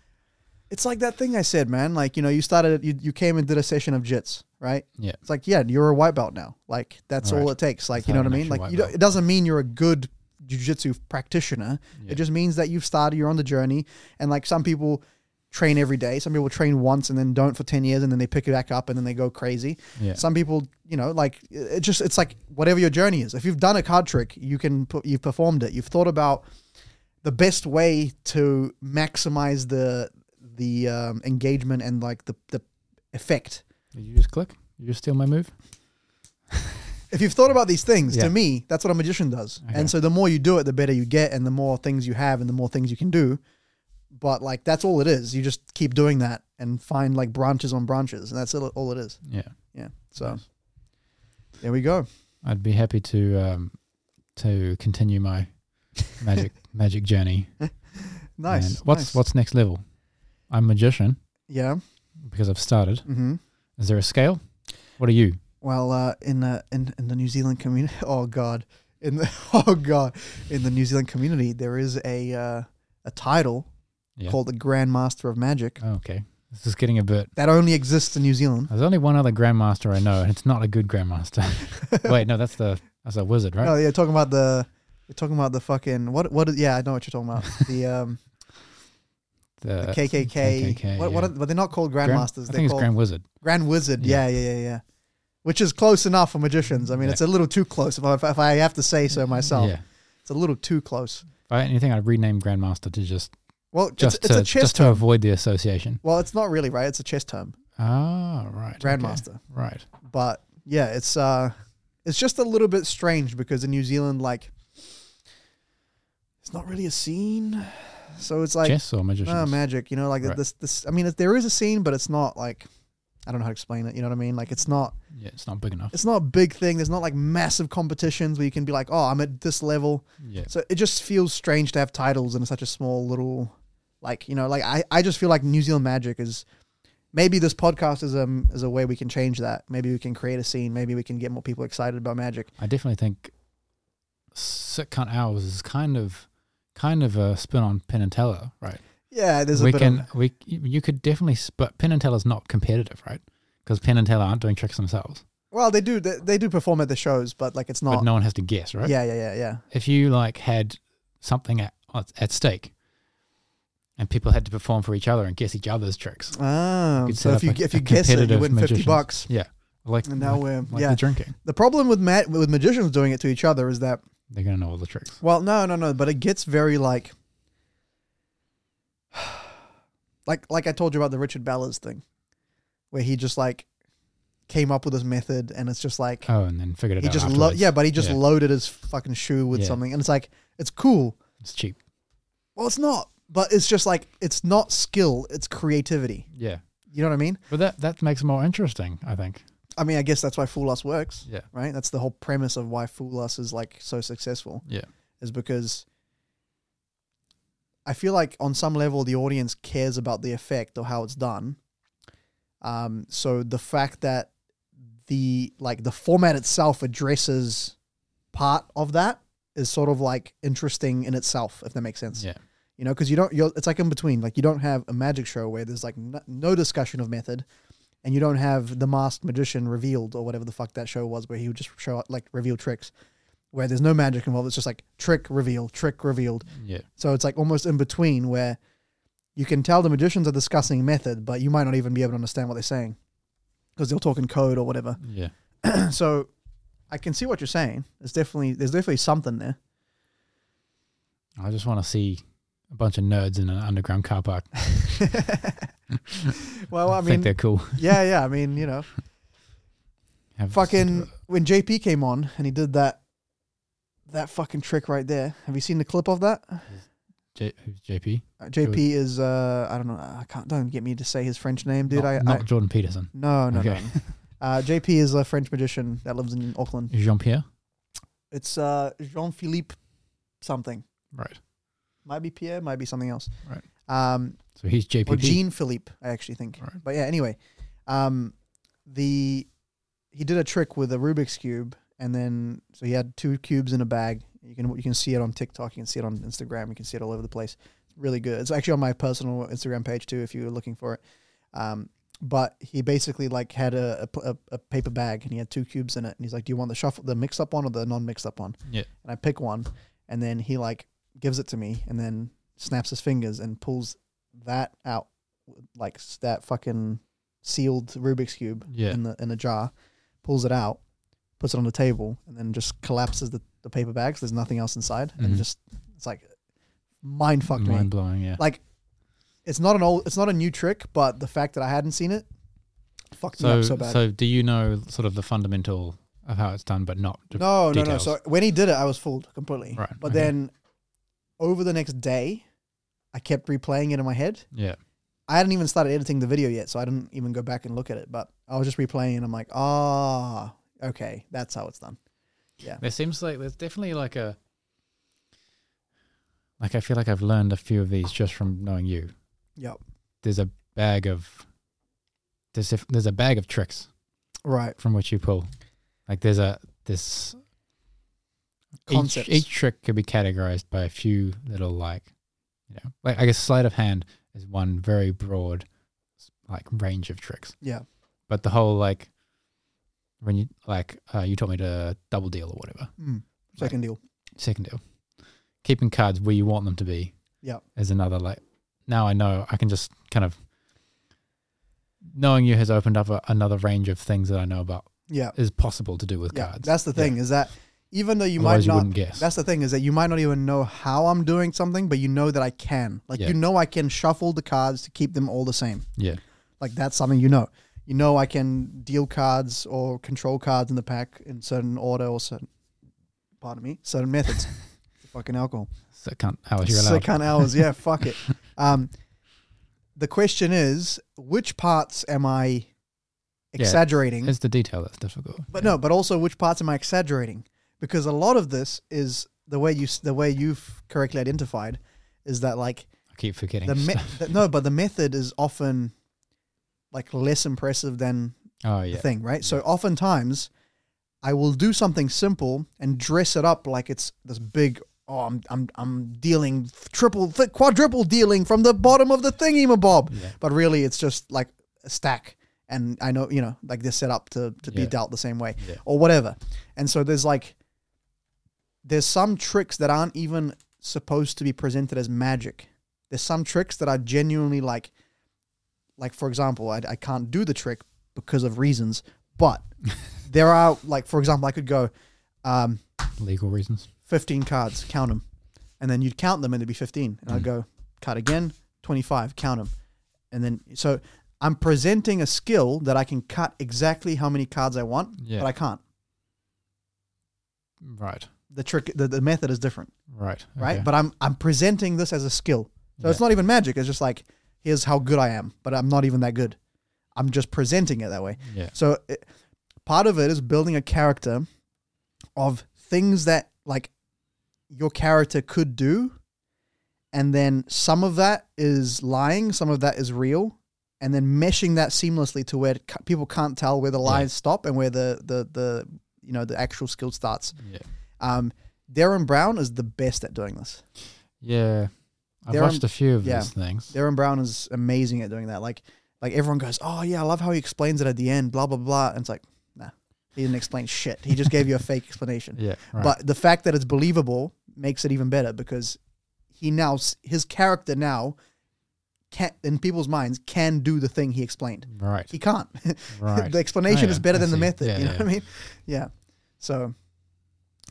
it's like that thing I said, man. Like, you know, you started, you, you came and did a session of jits, right? Yeah. It's like, yeah, you're a white belt now. Like, that's all Right. it takes. Like, That's you know how what I an mean? actual Like, white you don't, belt. it doesn't mean you're a good jujitsu practitioner. Yeah. It just means that you've started, you're on the journey. And like some people train every day. Some people train once and then don't for 10 years and then they pick it back up and then they go crazy. Yeah. Some people, you know, like it it just it's like whatever your journey is. If you've done a card trick, you can put you've performed it. You've thought about the best way to maximize the the um, engagement and like the the effect. Did you just click? You just steal my move? If you've thought about these things, Yeah. to me, that's what a magician does. Okay. And so the more you do it, the better you get, and the more things you have, and the more things you can do. But like that's all it is. You just keep doing that and find like branches on branches, and that's all all it is. Yeah. Yeah. So there we go. I'd be happy to um, to continue my magic magic journey. Nice. And what's nice. what's next level? I'm a magician yeah. because I've started. hmm Is there a scale? What are you? Well, uh, in the in, in the New Zealand community, oh god, in the oh god, in the New Zealand community, there is a uh, a title Yeah. called the Grand Master of Magic Oh, okay. This is getting a bit that only exists in New Zealand. There's only one other grandmaster I know, and it's not a good grandmaster. Wait, no, that's the that's a wizard, right? Oh, you're talking about the you're talking about the fucking what what? Yeah, I know what you're talking about. The um the Uh, KKK. what what? yeah. Are, but they're not called Grand- grandmasters. I they're think it's called Grand Wizard. Grand Wizard. Yeah. Yeah. yeah, yeah, yeah, Which is close enough for magicians. I mean, Yeah. it's a little too close. If I, if I have to say so myself, Yeah. it's a little too close. If I had anything, I'd rename grandmaster to just Well, it's- just it's, to a chess just to avoid the association. Well, it's not really right. It's a chess term, Ah, right. okay. grandmaster. Right. But yeah, it's uh, it's just a little bit strange because in New Zealand, like, it's not really a scene. So it's like Chess or magician. oh, magic, you know, like Right. this. This, I mean, it, there is a scene, but it's not like I don't know how to explain it. You know what I mean? Like, it's not yeah, it's not big enough. it's not a big thing. There's not like massive competitions where you can be like, oh, I'm at this level. Yeah. So it just feels strange to have titles in such a small little, like you know, like I, I just feel like New Zealand Magic is maybe this podcast is um is a way we can change that. Maybe we can create a scene. Maybe we can get more people excited about magic. I definitely think sitcom hours is kind of kind of a spin on Penn and Teller, right? Yeah, there's a we bit can of we you could definitely, s- but Penn and Teller's not competitive, right? Because Penn and Teller aren't doing tricks themselves, well, they do they, they do perform at the shows, but like it's but not. no one has to guess, right? Yeah, yeah, yeah, yeah. If you like had something at at stake, and people had to perform for each other and guess each other's tricks, Ah, could so set if you up a- if you a guess it, you competitive win fifty magicians. bucks. like And now like, we're like yeah. the drinking, The problem with ma- with magicians doing it to each other is that they're gonna know all the tricks. Well, no, no, no, but it gets very like like like I told you about the Richard Ballas thing where he just like came up with this method and it's just like Oh, and then figured it he out. just lo- afterwards. yeah, but he just Yeah. loaded his fucking shoe with Yeah. something and it's like it's cool. it's cheap. Well, it's not, but it's just like it's not skill, it's creativity. Yeah, You know what I mean? but that that makes it more interesting, I think. I mean, I guess that's why Fool Us works, Yeah, right? That's the whole premise of why Fool Us is like so successful. yeah, is because I feel like on some level the audience cares about the effect or how it's done. Um, so the fact that the like the format itself addresses part of that is sort of like interesting in itself, if that makes sense. yeah, You know, because you don't. You're, it's like in between. Like you don't have a magic show where there's like no, no discussion of method, and you don't have the masked magician revealed or whatever the fuck that show was, where he would just show up like reveal tricks, where there's no magic involved. It's just like trick reveal, trick revealed. yeah. So it's like almost in between where you can tell the magicians are discussing method, but you might not even be able to understand what they're saying because they'll talk in code or whatever. Yeah. so I can see what you're saying. There's definitely there's definitely something there. I just want to see a bunch of nerds in an underground car park. well, I I think mean, they're cool. yeah, yeah. I mean, you know. Have fucking when JP came on and he did that that fucking trick right there. Have you seen the clip of that? J, who's JP? Uh, JP is uh I don't know. I can't don't get me to say his French name, dude. not, I, not I Jordan Peterson. no no no. okay, Uh, JP is a French magician that lives in Auckland. Jean Pierre. It's uh Jean Philippe something. Right. Might be Pierre, might be something else. Right. Um, So he's JP. or Jean Philippe, I actually think. Right. But yeah, anyway, um, the he did a trick with a Rubik's cube, and then so he had two cubes in a bag. You can you can see it on TikTok, you can see it on Instagram, you can see it all over the place. It's really good. It's actually on my personal Instagram page too, if you're looking for it. Um, but he basically like had a, a pl- a, a paper bag and he had two cubes in it, and he's like, "Do you want the shuffle, the mixed up one, or the non mixed up one?" Yeah. And I pick one, and then he like gives it to me, and then snaps his fingers and pulls that out like s- that fucking sealed Rubik's cube Yeah. in the in a jar, pulls it out, puts it on the table, and then just collapses the, the paper bags. There's nothing else inside, and Mhm. just it's like mind fucked me. Mind blowing. Yeah. Like it's not an old, it's not a new trick, but the fact that I hadn't seen it fucked me So, up so, so bad. do you know sort of the fundamental of how it's done, but not? to- no, no, no. details. So when he did it, I was fooled completely. Right, But okay. then over the next day, I kept replaying it in my head. Yeah. I hadn't even started editing the video yet, so I didn't even go back and look at it. But I was just replaying, and I'm like, ah, okay, that's how it's done. There seems like there's definitely like a. Like I feel like I've learned a few of these just from knowing you. Yep. There's a bag of. There's a, there's a bag of tricks Right. from which you pull. Like there's a this each, Concepts. each trick could be categorized by a few little like you know like I guess sleight of hand is one very broad like range of tricks. Yeah. But the whole like when you like uh, you taught me to double deal or whatever. Mm. Second deal. Second deal. Keeping cards where you want them to be. Yeah. Is another like now I know I can just kind of knowing you has opened up a, another range of things that I know about Yeah. is possible to do with Yeah. cards. That's the thing is that even though you Otherwise you might wouldn't not, guess. that's the thing is that you might not even know how I'm doing something, but you know that I can. Like Yeah. you know I can shuffle the cards to keep them all the same. yeah. Like that's something you know. You know I can deal cards or control cards in the pack in certain order or certain, pardon me, certain methods. Fucking alcohol. So can't hours you're allowed. Sick on hours. Yeah, fuck it. Um, the question is, which parts am I exaggerating? It's the detail that's difficult. but no, but also which parts am I exaggerating? Because a lot of this is the way you s- the way you've correctly identified is that like I keep forgetting. the, me- stuff. the no, but the method is often like less impressive than oh the yeah, thing, right? So oftentimes I will do something simple and dress it up like it's this big oh I'm I'm I'm dealing triple th- quadruple dealing from the bottom of the thingy mabob. Yeah. But really it's just like a stack and I know, you know, like they're set up to to be Yeah. dealt the same way Yeah. or whatever. And so there's like there's some tricks that aren't even supposed to be presented as magic. There's some tricks that are genuinely like like for example, I, I can't do the trick because of reasons, but there are like for example, I could go um, legal reasons. 15 cards, count them, and then you'd count them and it'd be 15, and Mm. I'd go cut again, 25, count them, and then so I'm presenting a skill that I can cut exactly how many cards I want, Yeah. but I can't. Right, The trick, the, the method is different, right, right? okay. But I'm I'm presenting this as a skill, so it's Yeah. not even magic. It's just like here's how good I am, but I'm not even that good. I'm just presenting it that way. yeah, So it, part of it is building a character of things that like your character could do and then some of that is lying, some of that is real and then meshing that seamlessly to where c- people can't tell where the lines stop and where the the the you know the actual skill starts. yeah, Um Darren Brown is the best at doing this. yeah. I've There are- watched a few of yeah. these things. Darren Brown is amazing at doing that. Like like everyone goes, "Oh yeah, I love how he explains it at the end, blah blah blah." And it's like, "Nah. He didn't explain shit. He just gave you a fake explanation." Yeah, right. But the fact that it's believable makes it even better because he now s- his character now can in people's minds can do the thing he explained. right, He can't. right. the explanation Oh, is yeah, better I than the see. method, Yeah, you know yeah. what I mean? Yeah. So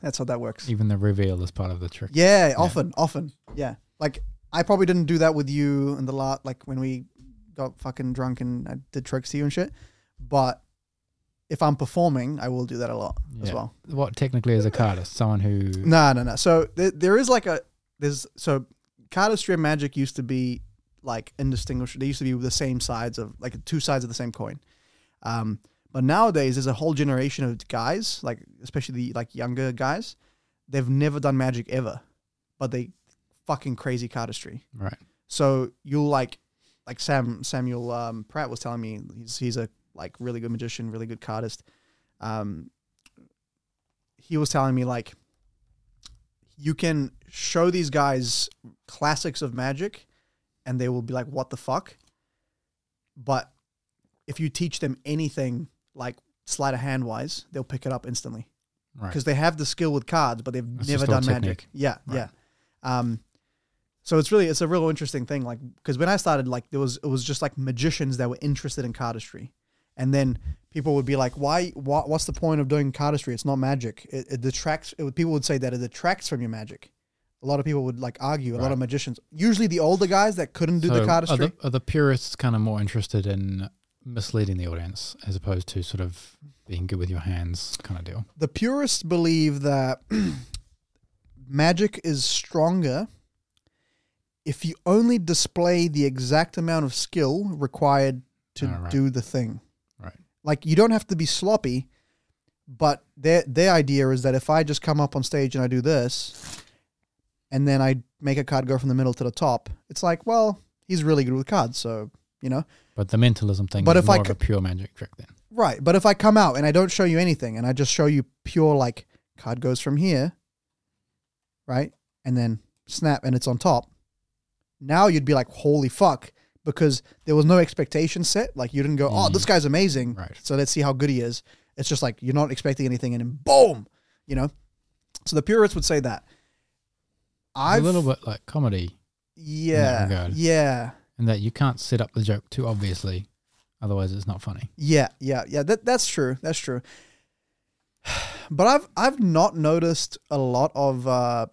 that's how that works. Even the reveal is part of the trick. Yeah, often, often. Yeah. Like I probably didn't do that with you in the lot like when we got fucking drunk and I did tricks to you and shit. But if I'm performing, I will do that a lot as Yeah. well. What technically is a cardist? Someone who No, no, no. So there, there is like a there's so cardistry and magic used to be like indistinguishable. They used to be the same sides of like two sides of the same coin. Um, but nowadays there's a whole generation of guys, like especially the like younger guys, they've never done magic ever, but they fucking crazy cardistry. right, So you'll like, like Sam Samuel um, Pratt was telling me, he's he's a like really good magician, really good cardist. Um, he was telling me like, you can show these guys classics of magic, and they will be like, "What the fuck?" But if you teach them anything like sleight of hand wise, they'll pick it up instantly right. because they have the skill with cards, but they've It's never just all done magic. technique. Yeah, yeah. Um, So it's really it's a real interesting thing. Like because when I started, like there was it was just like magicians that were interested in cardistry, and then people would be like, "Why? What, what's the point of doing cardistry? It's not magic. It, it detracts." It, would- people would say that it detracts from your magic. A lot of people would like argue. A lot Right. of magicians, usually the older guys that couldn't do So the cardistry, Are the, are the purists kind of more interested in misleading the audience as opposed to sort of being good with your hands kind of deal? the purists believe that magic is stronger if you only display the exact amount of skill required to Ah, right. do the thing. Right. Like you don't have to be sloppy, but their their idea is that if I just come up on stage and I do this, and then I make a card go from the middle to the top, it's like, well, he's really good with cards, so you know. But the mentalism thing But is if I more of a pure magic trick then. Right, but if I come out and I don't show you anything, and I just show you pure like card goes from here, right, and then snap, and it's on top. Now you'd be like, holy fuck, because there was no expectation set. Like you didn't go, oh, Mm. this guy's amazing, Right. so let's see how good he is. It's just like you're not expecting anything, and then boom, you know. So the purists would say that. I a little bit Oh like comedy yeah, regard. yeah. in that you can't set up the joke too obviously, otherwise it's not funny. Yeah, yeah, yeah. That that's true. That's true. But I've I've not noticed a lot of uh,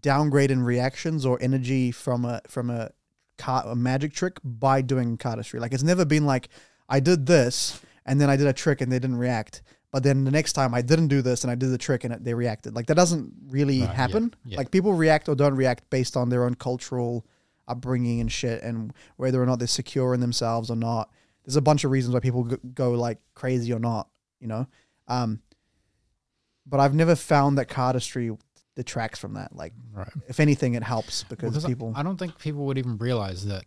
downgrade in reactions or energy from a from a card a magic trick by doing cardistry. Like it's never been like I did this and then I did a trick and they didn't react. But then the next time I didn't do this and I did the trick and it, they reacted. Like that doesn't really Right, yeah, happen. yeah. Like people react or don't react based on their own cultural upbringing and shit and whether or not they're secure in themselves or not. There's a bunch of reasons why people go, go like crazy or not, you know. Um, but I've never found that cardistry detracts from that. Like, Right. if anything, it helps because Because people. I, I don't think people would even realize that,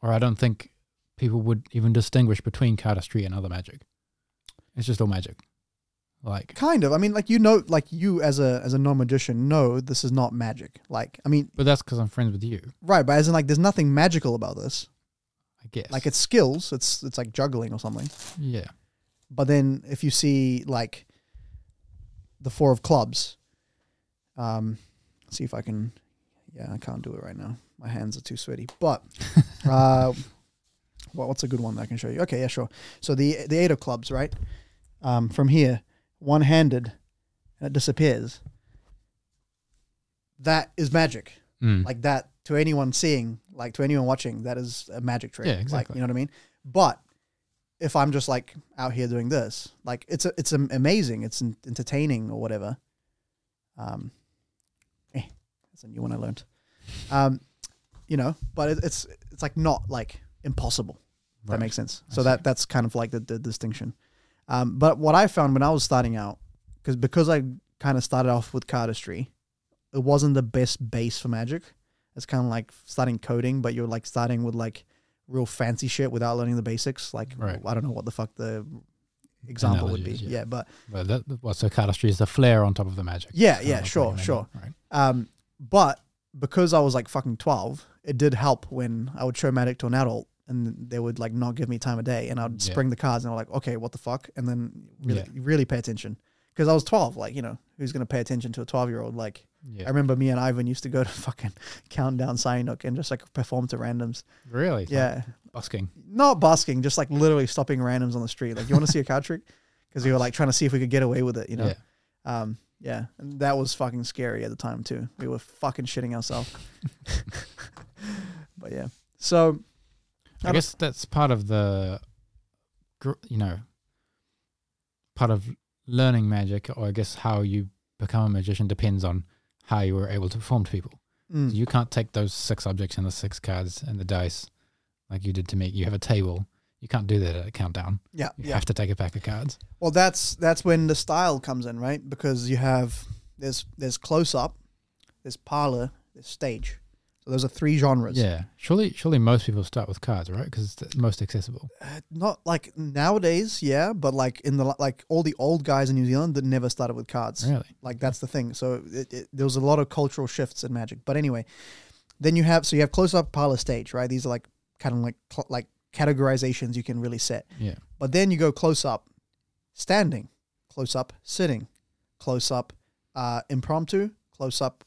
or I don't think people would even distinguish between cardistry and other magic. It's just all magic. Like, kind of. I mean, like you know, like you as a as a non magician know this is not magic. Like, I mean, but that's because I'm friends with you, right? But as in, like, there's nothing magical about this. I guess. Like, it's skills. It's it's like juggling or something. yeah, But then if you see like the four of clubs, um, see if I can. Yeah, I can't do it right now. My hands are too sweaty. But uh, what, what's a good one that I can show you? Okay, yeah, sure. So the the eight of clubs, right? Um, from here, one handed, and it disappears. That is magic. Mm. Like that to anyone seeing, like to anyone watching, that is a magic trick. Yeah, Like, exactly. you know what I mean? But if I'm just like out here doing this, like it's a, it's am- amazing, it's en- entertaining or whatever. Um, eh, that's a new one I learned. Um, you know, but it, it's it's like not like impossible. If Right. That makes sense. I So see. that that's kind of like the, the distinction. Um, but what I found when I was starting out, because because I kind of started off with cardistry, it wasn't the best base for magic. It's kind of like starting coding, but you're like starting with like real fancy shit without learning the basics. Like Right. I don't know what the fuck the example would be. Analogies, yeah. yeah. but But that, well, so cardistry is the flair on top of the magic. yeah, Kind yeah, of sure, thing, sure. Right. Um, but because I was like fucking twelve, it did help when I would show magic to an adult. And they would like not give me time of day, and I'd Yeah. spring the cards, and I'm like, okay, what the fuck? And then really, Yeah. really pay attention because I was 12. Like, you know, who's gonna pay attention to a 12 year old? Like, I Yeah. remember me and Ivan used to go to fucking Countdown Signok and just like perform to randoms. Really? It's like Yeah. busking. Not busking, just like literally stopping randoms on the street. Like, you want to see a card trick? Because we were like trying to see if we could get away with it, you know? Yeah. Um, yeah. And that was fucking scary at the time, too. We were fucking shitting ourselves. but yeah. So, I I, don't- guess that's part of the, gr- you know, part of learning magic, or I guess how you become a magician depends on how you were able to perform to people. mm, You can't take those six objects and the six cards and the dice like you did to me. You have a table. You can't do that at a countdown. yeah. You Yeah. have to take a pack of cards. Well, that's that's when the style comes in, right? Because you have there's there's close up, there's parlor, there's stage. So those are three genres. Yeah. Surely, surely most people start with cards, right? Because it's the most accessible. Uh, Not like nowadays, yeah, but like in the like all the old guys in New Zealand that never started with cards. Really? Like that's the thing. So it, it, there was a lot of cultural shifts in magic. But anyway, then you have so you have close up parlor stage, right? These are like kind of like cl- like categorizations you can really set. Yeah. But then you go close up, standing, close up, sitting, close up, uh, impromptu, close up,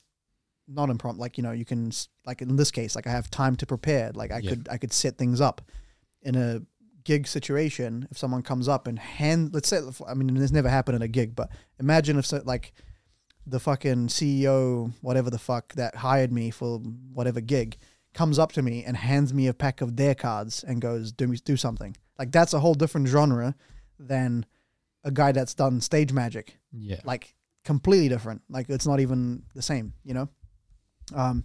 not impromptu. Like you know, you can s- like in this case, like I have time to prepare. Like I Yeah. could I could set things up in a gig situation. If someone comes up and hand, let's say, I mean, this never happened in a gig, but imagine if so, like the fucking CEO, whatever the fuck that hired me for whatever gig, comes up to me and hands me a pack of their cards and goes, "Do me, do something." Like that's a whole different genre than a guy that's done stage magic Yeah. like completely different. Like it's not even the same, you know. Um,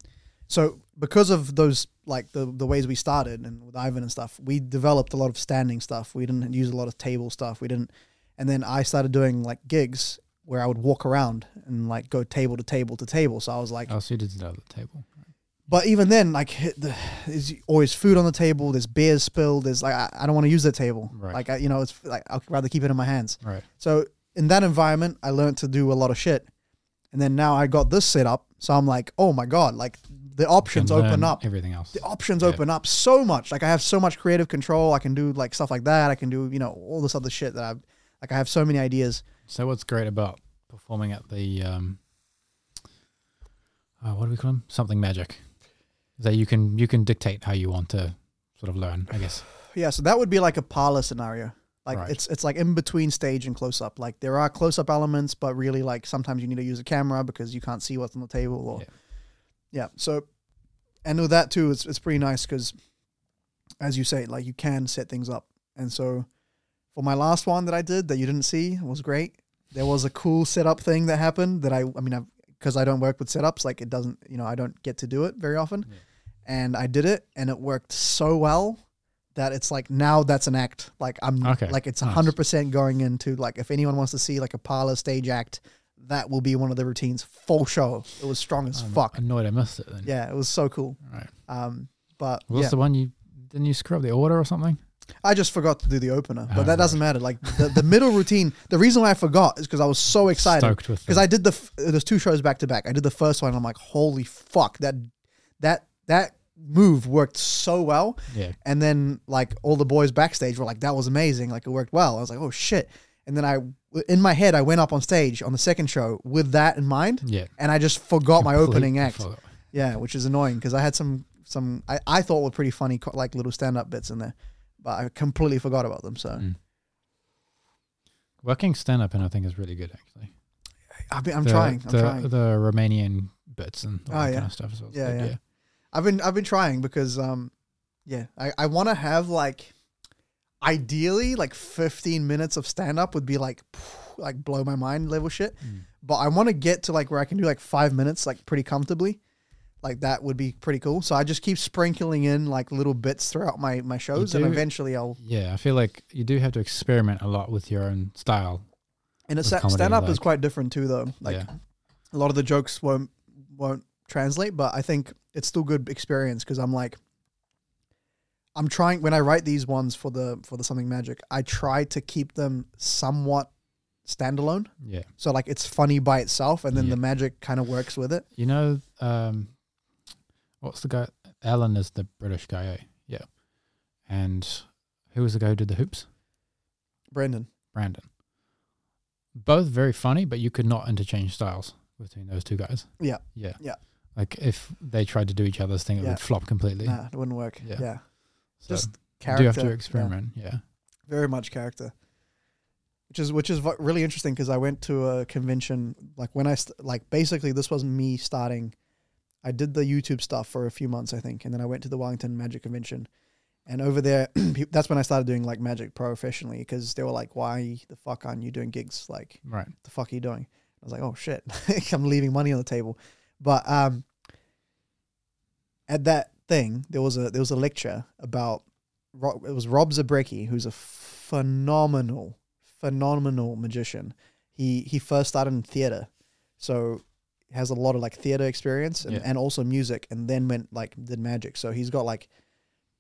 so because of those, like the the ways we started and with Ivan and stuff, we developed a lot of standing stuff. We didn't use a lot of table stuff. We didn't, and then I started doing like gigs where I would walk around and like go table to table to table. So I was like, Oh, so you did it at the table. but even then, like hit the, there's always food on the table. There's beers spilled. There's like I, I don't want to use the table. Right. Like I, you know, it's like I'd rather keep it in my hands. Right. So in that environment, I learned to do a lot of shit, and then now I got this set up. So I'm like, oh my god, like the options And open learn up. Everything else. The options Yeah. open up so much. Like I have so much creative control. I can do like stuff like that. I can do you know all this other shit that I like. I have so many ideas. So what's great about performing at the um, uh, what do we call them? Something magic. Is that you can you can dictate how you want to sort of learn, I guess. Yeah. So that would be like a parlor scenario. Like Right. it's it's like in between stage and close up. Like there are close up elements, but really like sometimes you need to use a camera because you can't see what's on the table or Yeah. yeah so and with that too it's, it's pretty nice because as you say like you can set things up and so for my last one that i did that you didn't see was great there was a cool setup thing that happened that i i mean i because i don't work with setups like it doesn't you know i don't get to do it very often Yeah. and i did it and it worked so well that it's like now that's an act like i'm Okay, like it's nice. 100% going into like if anyone wants to see like a parlor stage act that will be one of the routines full show it was strong as I'm fuck Annoyed I missed it then. yeah, it was so cool. All right. Um, but What's yeah, the one you didn't you screw up the order or something? I just forgot to do the opener, but Oh, that doesn't matter. Like the, the middle routine, the reason why I forgot is because I was so excited Stoked with because I did the f- uh, there's two shows back to back. I did the first one, and I'm like, holy fuck, that that that move worked so well. yeah. And then like all the boys backstage were like, that was amazing, like it worked well. I was like, oh shit. And then I, in my head, I went up on stage on the second show with that in mind, Yeah. and I just forgot my Complete opening act. follow- Yeah, which is annoying because I had some some I, I thought were pretty funny co- like little stand up bits in there, but I completely forgot about them. So Mm. Working stand up and I think is really good actually. I've been, I'm The- trying. I'm the, trying. the Romanian bits and all Oh, that yeah. kind of stuff as well. Yeah, yeah. I've been I've been trying because um yeah I I want to have like ideally like 15 minutes of stand up would be like like blow my mind level shit, Mm. but I want to get to like where I can do like five minutes like pretty comfortably. Like that would be pretty cool. So I just keep sprinkling in like little bits throughout my my shows, and do- eventually I'll Yeah, I feel like you do have to experiment a lot with your own style. And a with sta- comedy, stand up is like- quite different too, though. Like yeah. a lot of the jokes won't won't translate, but I think it's still good experience because I'm like, I'm trying when I write these ones for the for the something magic, I try to keep them somewhat standalone. Yeah. So like it's funny by itself, and then Yeah. the magic kind of works with it. You know, um, what's the guy? Alan is the British guy. Eh? Yeah. And who was the guy who did the hoops? Brendan, Brandon. Both very funny, but you could not interchange styles between those two guys. Yeah. Yeah. Yeah. Like if they tried to do each other's thing, it Yeah. would flop completely. nah, it wouldn't work. Yeah, Yeah. So just you character. do have to yeah. experiment. Yeah. very much character which is which is v- really interesting because i went to a convention like when i st- like basically this was me starting i did the youtube stuff for a few months i think and then i went to the wellington magic convention and over there peop- that's when i started doing like magic professionally because they were like why the fuck aren't you doing gigs like Right. the fuck are you doing? I was like, oh shit, I'm leaving money on the table. But um, at that thing, there was a there was a lecture about Ro- it was Rob Zabrecki, who's a phenomenal, phenomenal magician. He he first started in theater, so has a lot of like theater experience and, Yeah. and also music, and then went like did magic. So he's got like,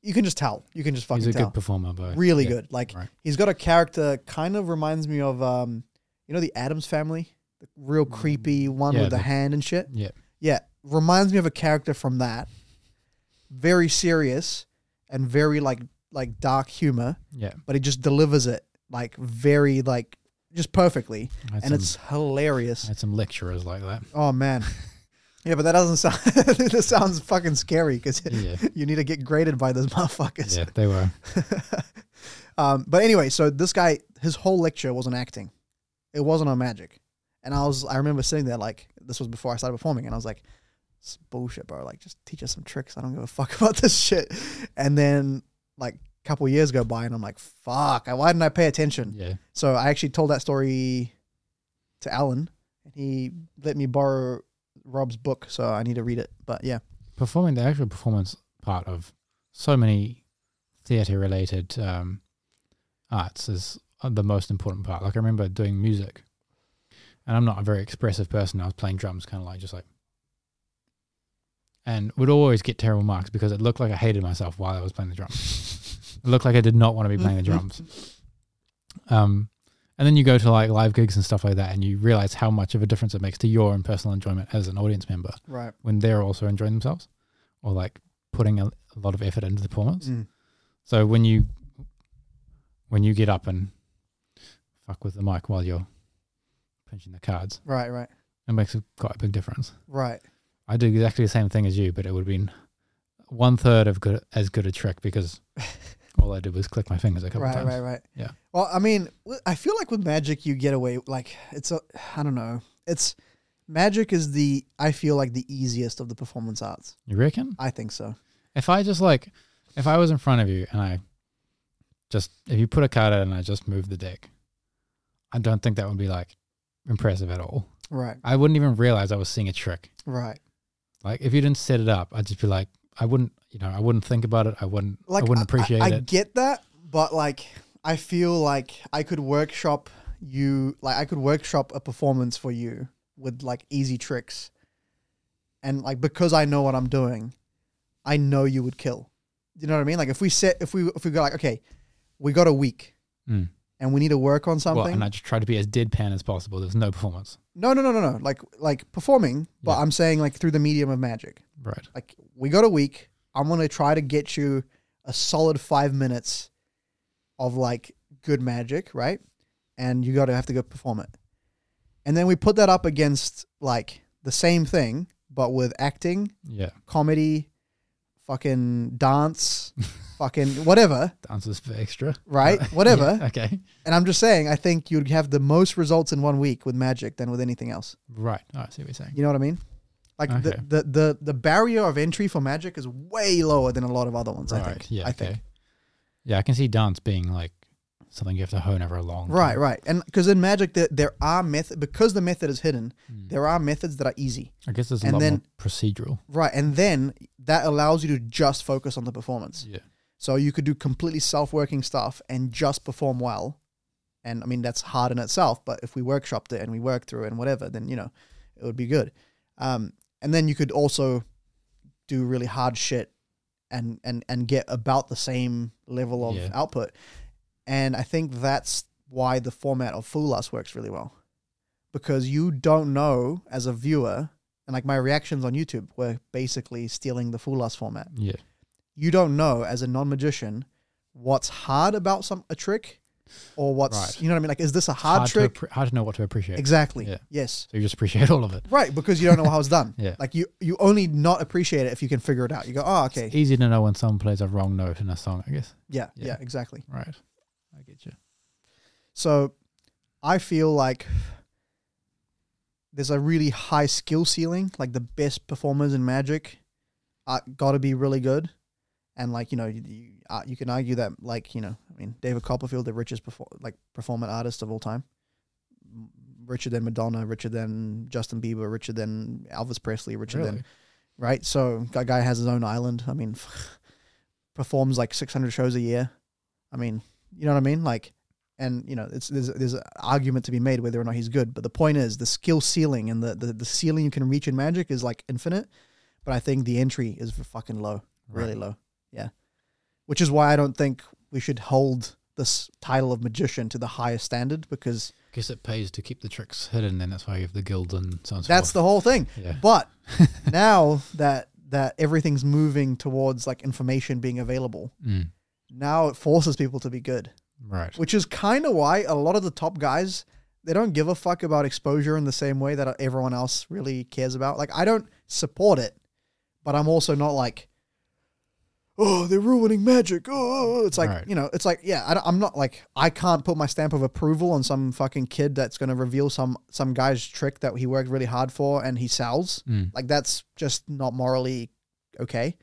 you can just tell, you can just fucking He's a tell good performer, but really yeah. good. Like Right. he's got a character kind of reminds me of um, you know the Adams family, the real creepy one Mm. Yeah, with the, the- hand and shit. Yeah. Yeah, reminds me of a character from that. Very serious and very like like dark humor, Yeah. but he just delivers it like very like just perfectly, I had and some- it's I hilarious. had some lecturers like that. Oh man, Yeah, but that doesn't sound. that sounds fucking scary because Yeah. you need to get graded by those motherfuckers. Yeah, they were. Um, but anyway, so this guy, his whole lecture wasn't acting. It wasn't on magic. And I was, I remember sitting there like, this was before I started performing, and I was like, it's bullshit, bro. Like, just teach us some tricks. I don't give a fuck about this shit. And then, like, a couple years go by, and I'm like, fuck, I- why didn't I pay attention? Yeah. So I actually told that story to Alan, and he let me borrow Rob's book, so I need to read it. But yeah, Performing the actual performance part of so many theatre related um, arts is uh, the most important part. Like I remember doing music and I'm not a very expressive person. I was playing drums kind of like just like and would always get terrible marks because it looked like I hated myself while I was playing the drums. it looked like I did not want to be playing the drums. Um, and then you go to like live gigs and stuff like that, and you realize how much of a difference it makes to your own personal enjoyment as an audience member right. when they're also enjoying themselves or like putting a, a lot of effort into the performance. Mm. So when you when you get up and fuck with the mic while you're punching the cards, Right, right, it makes a, quite a big difference. right. I do exactly the same thing as you, but it would have been one third of good as good a trick because all I did was click my fingers a couple right, times. Right, right, Yeah. Well, I mean, w- I feel like with magic you get away like it's a I don't know. It's magic is the I feel like the easiest of the performance arts. You reckon? I think so. If I just like, if I was in front of you and I just, if you put a card out and I just moved the deck, I don't think that would be like impressive at all. Right. I wouldn't even realize I was seeing a trick. Right. Like if you didn't set it up, I'd just be like, I wouldn't, you know, I wouldn't think about it. I wouldn't, Like I wouldn't appreciate I, it. get that, but like I feel like I could workshop you like I could workshop a performance for you with like easy tricks. And like because I know what I'm doing, I know you would kill. You know what I mean? Like if we set if we if we go like okay, we got a week Mm. and we need to work on something. Well, and I just try to be as deadpan as possible. There's no performance. No, no, no, no, no. Like like performing, but Yeah. I'm saying like through the medium of magic. Right. Like we got a week. I'm gonna try to get you a solid five minutes of like good magic, right? And you gotta have to go perform it. And then we put that up against like the same thing, but with acting, Yeah. comedy, fucking dance, fucking whatever, The answer's for extra. right? Whatever. Yeah, okay. And I'm just saying, I think you'd have the most results in one week with magic than with anything else. Right. Oh, I see what you're saying. You know what I mean? Like Okay. the, the the the barrier of entry for magic is way lower than a lot of other ones. right. I think. Yeah. I okay. think. Yeah. I can see dance being like something you have to hone over a long Right, time. right, and because in magic there, there are method because the method is hidden, Mm. there are methods that are easy, I guess there's a And lot then- more procedural. right? And then that allows you to just focus on the performance. Yeah. So you could do completely self-working stuff and just perform well, and I mean that's hard in itself. But if we workshopped it and we worked through it and whatever, then you know it would be good. Um, and then you could also do really hard shit and and and get about the same level of Yeah. output. And I think that's why the format of Fool Us works really well, because you don't know as a viewer. And like my reactions on YouTube were basically stealing the Fool Us format Yeah. you don't know as a non-magician what's hard about some a trick or what's Right. you know what I mean like is this a hard, trick To appre- hard to know what to appreciate. exactly Yeah. yes So you just appreciate all of it. right because you don't know how it's done Yeah. like you you only not appreciate it if you can figure it out you go oh okay Easy to know when someone plays a wrong note in a song, I guess. yeah yeah, e-" yeah. exactly Right. I get you. so I feel like there's a really high skill ceiling like the best performers in magic are got to be really good and like you know you, you, uh, you can argue that like you know I mean David Copperfield the richest perfor- like performant artist of all time M- richer than Madonna richer than Justin Bieber richer than Elvis Presley richer than Really? right so that guy has his own island I mean performs like 600 shows a year I mean you know what I mean like and you know it's there's there's an argument to be made whether or not he's good but the point is the skill ceiling and the the, the ceiling you can reach in magic is like infinite but I think the entry is fucking low really low. Yeah. Which is why I don't think we should hold this title of magician to the highest standard because guess it pays to keep the tricks hidden, then that's why you have the guild and so on and so that's the whole thing. forth. yeah. But now that that everything's moving towards like information being available, Mm, now it forces people to be good, right. which is kind of why a lot of the top guys they don't give a fuck about exposure in the same way that everyone else really cares about. Like I don't support it, but I'm also not like, oh, they're ruining magic. Oh, it's like Right. you know, it's like yeah, I am not like I can't put my stamp of approval on some fucking kid that's gonna reveal some some guy's trick that he worked really hard for and he sells. Mm. Like that's just not morally okay.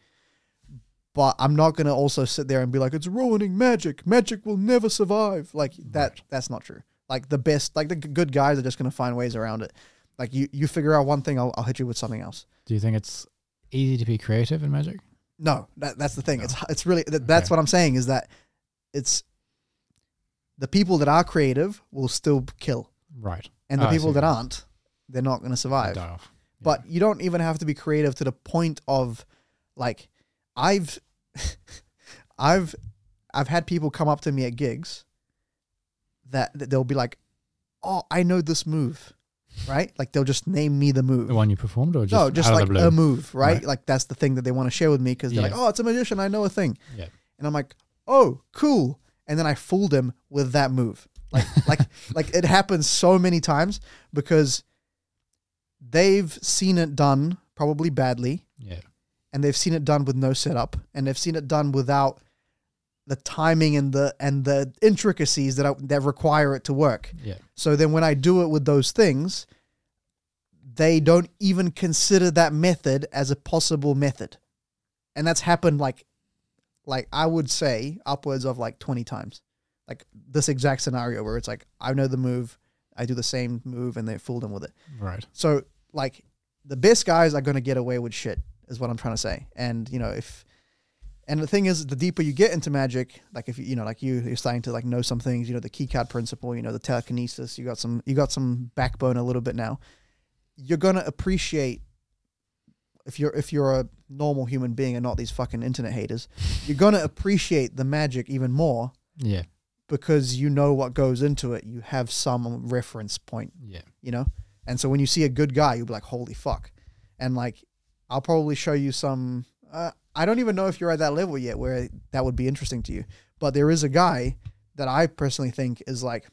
But I'm not gonna also sit there and be like, it's ruining magic. Magic will never survive. Like that that's not true. Like the best like the g- good guys are just gonna find ways around it. Like you you figure out one thing, I'll, I'll hit you with something else. Do you think it's easy to be creative in magic? No, that, that's the thing. It's it's really that, that's Okay. what I'm saying is that it's the people that are creative will still kill, Right. and the Oh, I people see. that aren't, they're not going to survive. Die off. But you don't even have to be creative to the point of like I've I've I've had people come up to me at gigs that, that they'll be like, "Oh, I know this move." Right? Like they'll just name me the move The one you performed, or just no, just out like um, of the blue? a move, right? Right. Like that's the thing that they want to share with me because they're Yeah. like, "Oh, it's a magician. I know a thing." Yeah. And I'm like, "Oh, cool." And then I fooled them with that move. Like, like, like it happens so many times because they've seen it done probably badly, yeah. and they've seen it done with no setup, and they've seen it done without the timing and the and the intricacies that I, that require it to work. Yeah. So then when I do it with those things, they don't even consider that method as a possible method. And that's happened like like I would say upwards of like 20 times. Like this exact scenario where it's like I know the move, I do the same move and they fooled them with it. Right. So like the best guys are going to get away with shit is what I'm trying to say. And you know, if and the thing is the deeper you get into magic, like if you you know like you you're starting to like know some things, you know the key card principle, you know the telekinesis, you got some you got some backbone a little bit now. You're going to appreciate if you're if you're a normal human being and not these fucking internet haters, you're going to appreciate the magic even more Yeah. because you know what goes into it. You have some reference point Yeah. you know? And so when you see a good guy, you'll be like, holy fuck. And like, I'll probably show you some. Uh, I don't even know if you're at that level yet where that would be interesting to you. But there is a guy that I personally think is like,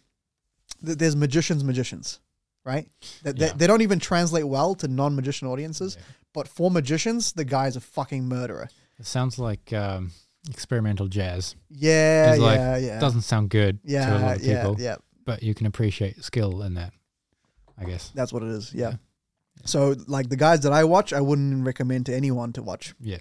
th- there's magicians, magicians, right? That Yeah. they, they don't even translate well to non magician audiences. Yeah. But for magicians, the guy's a fucking murderer. It sounds like um, experimental jazz. Yeah, He's like, yeah, yeah. Doesn't sound good yeah, to a lot of yeah, people, yeah. but you can appreciate skill in that, I guess. That's what it is. Yeah. Yeah. So like the guys that I watch, I wouldn't recommend to anyone to watch. Yeah.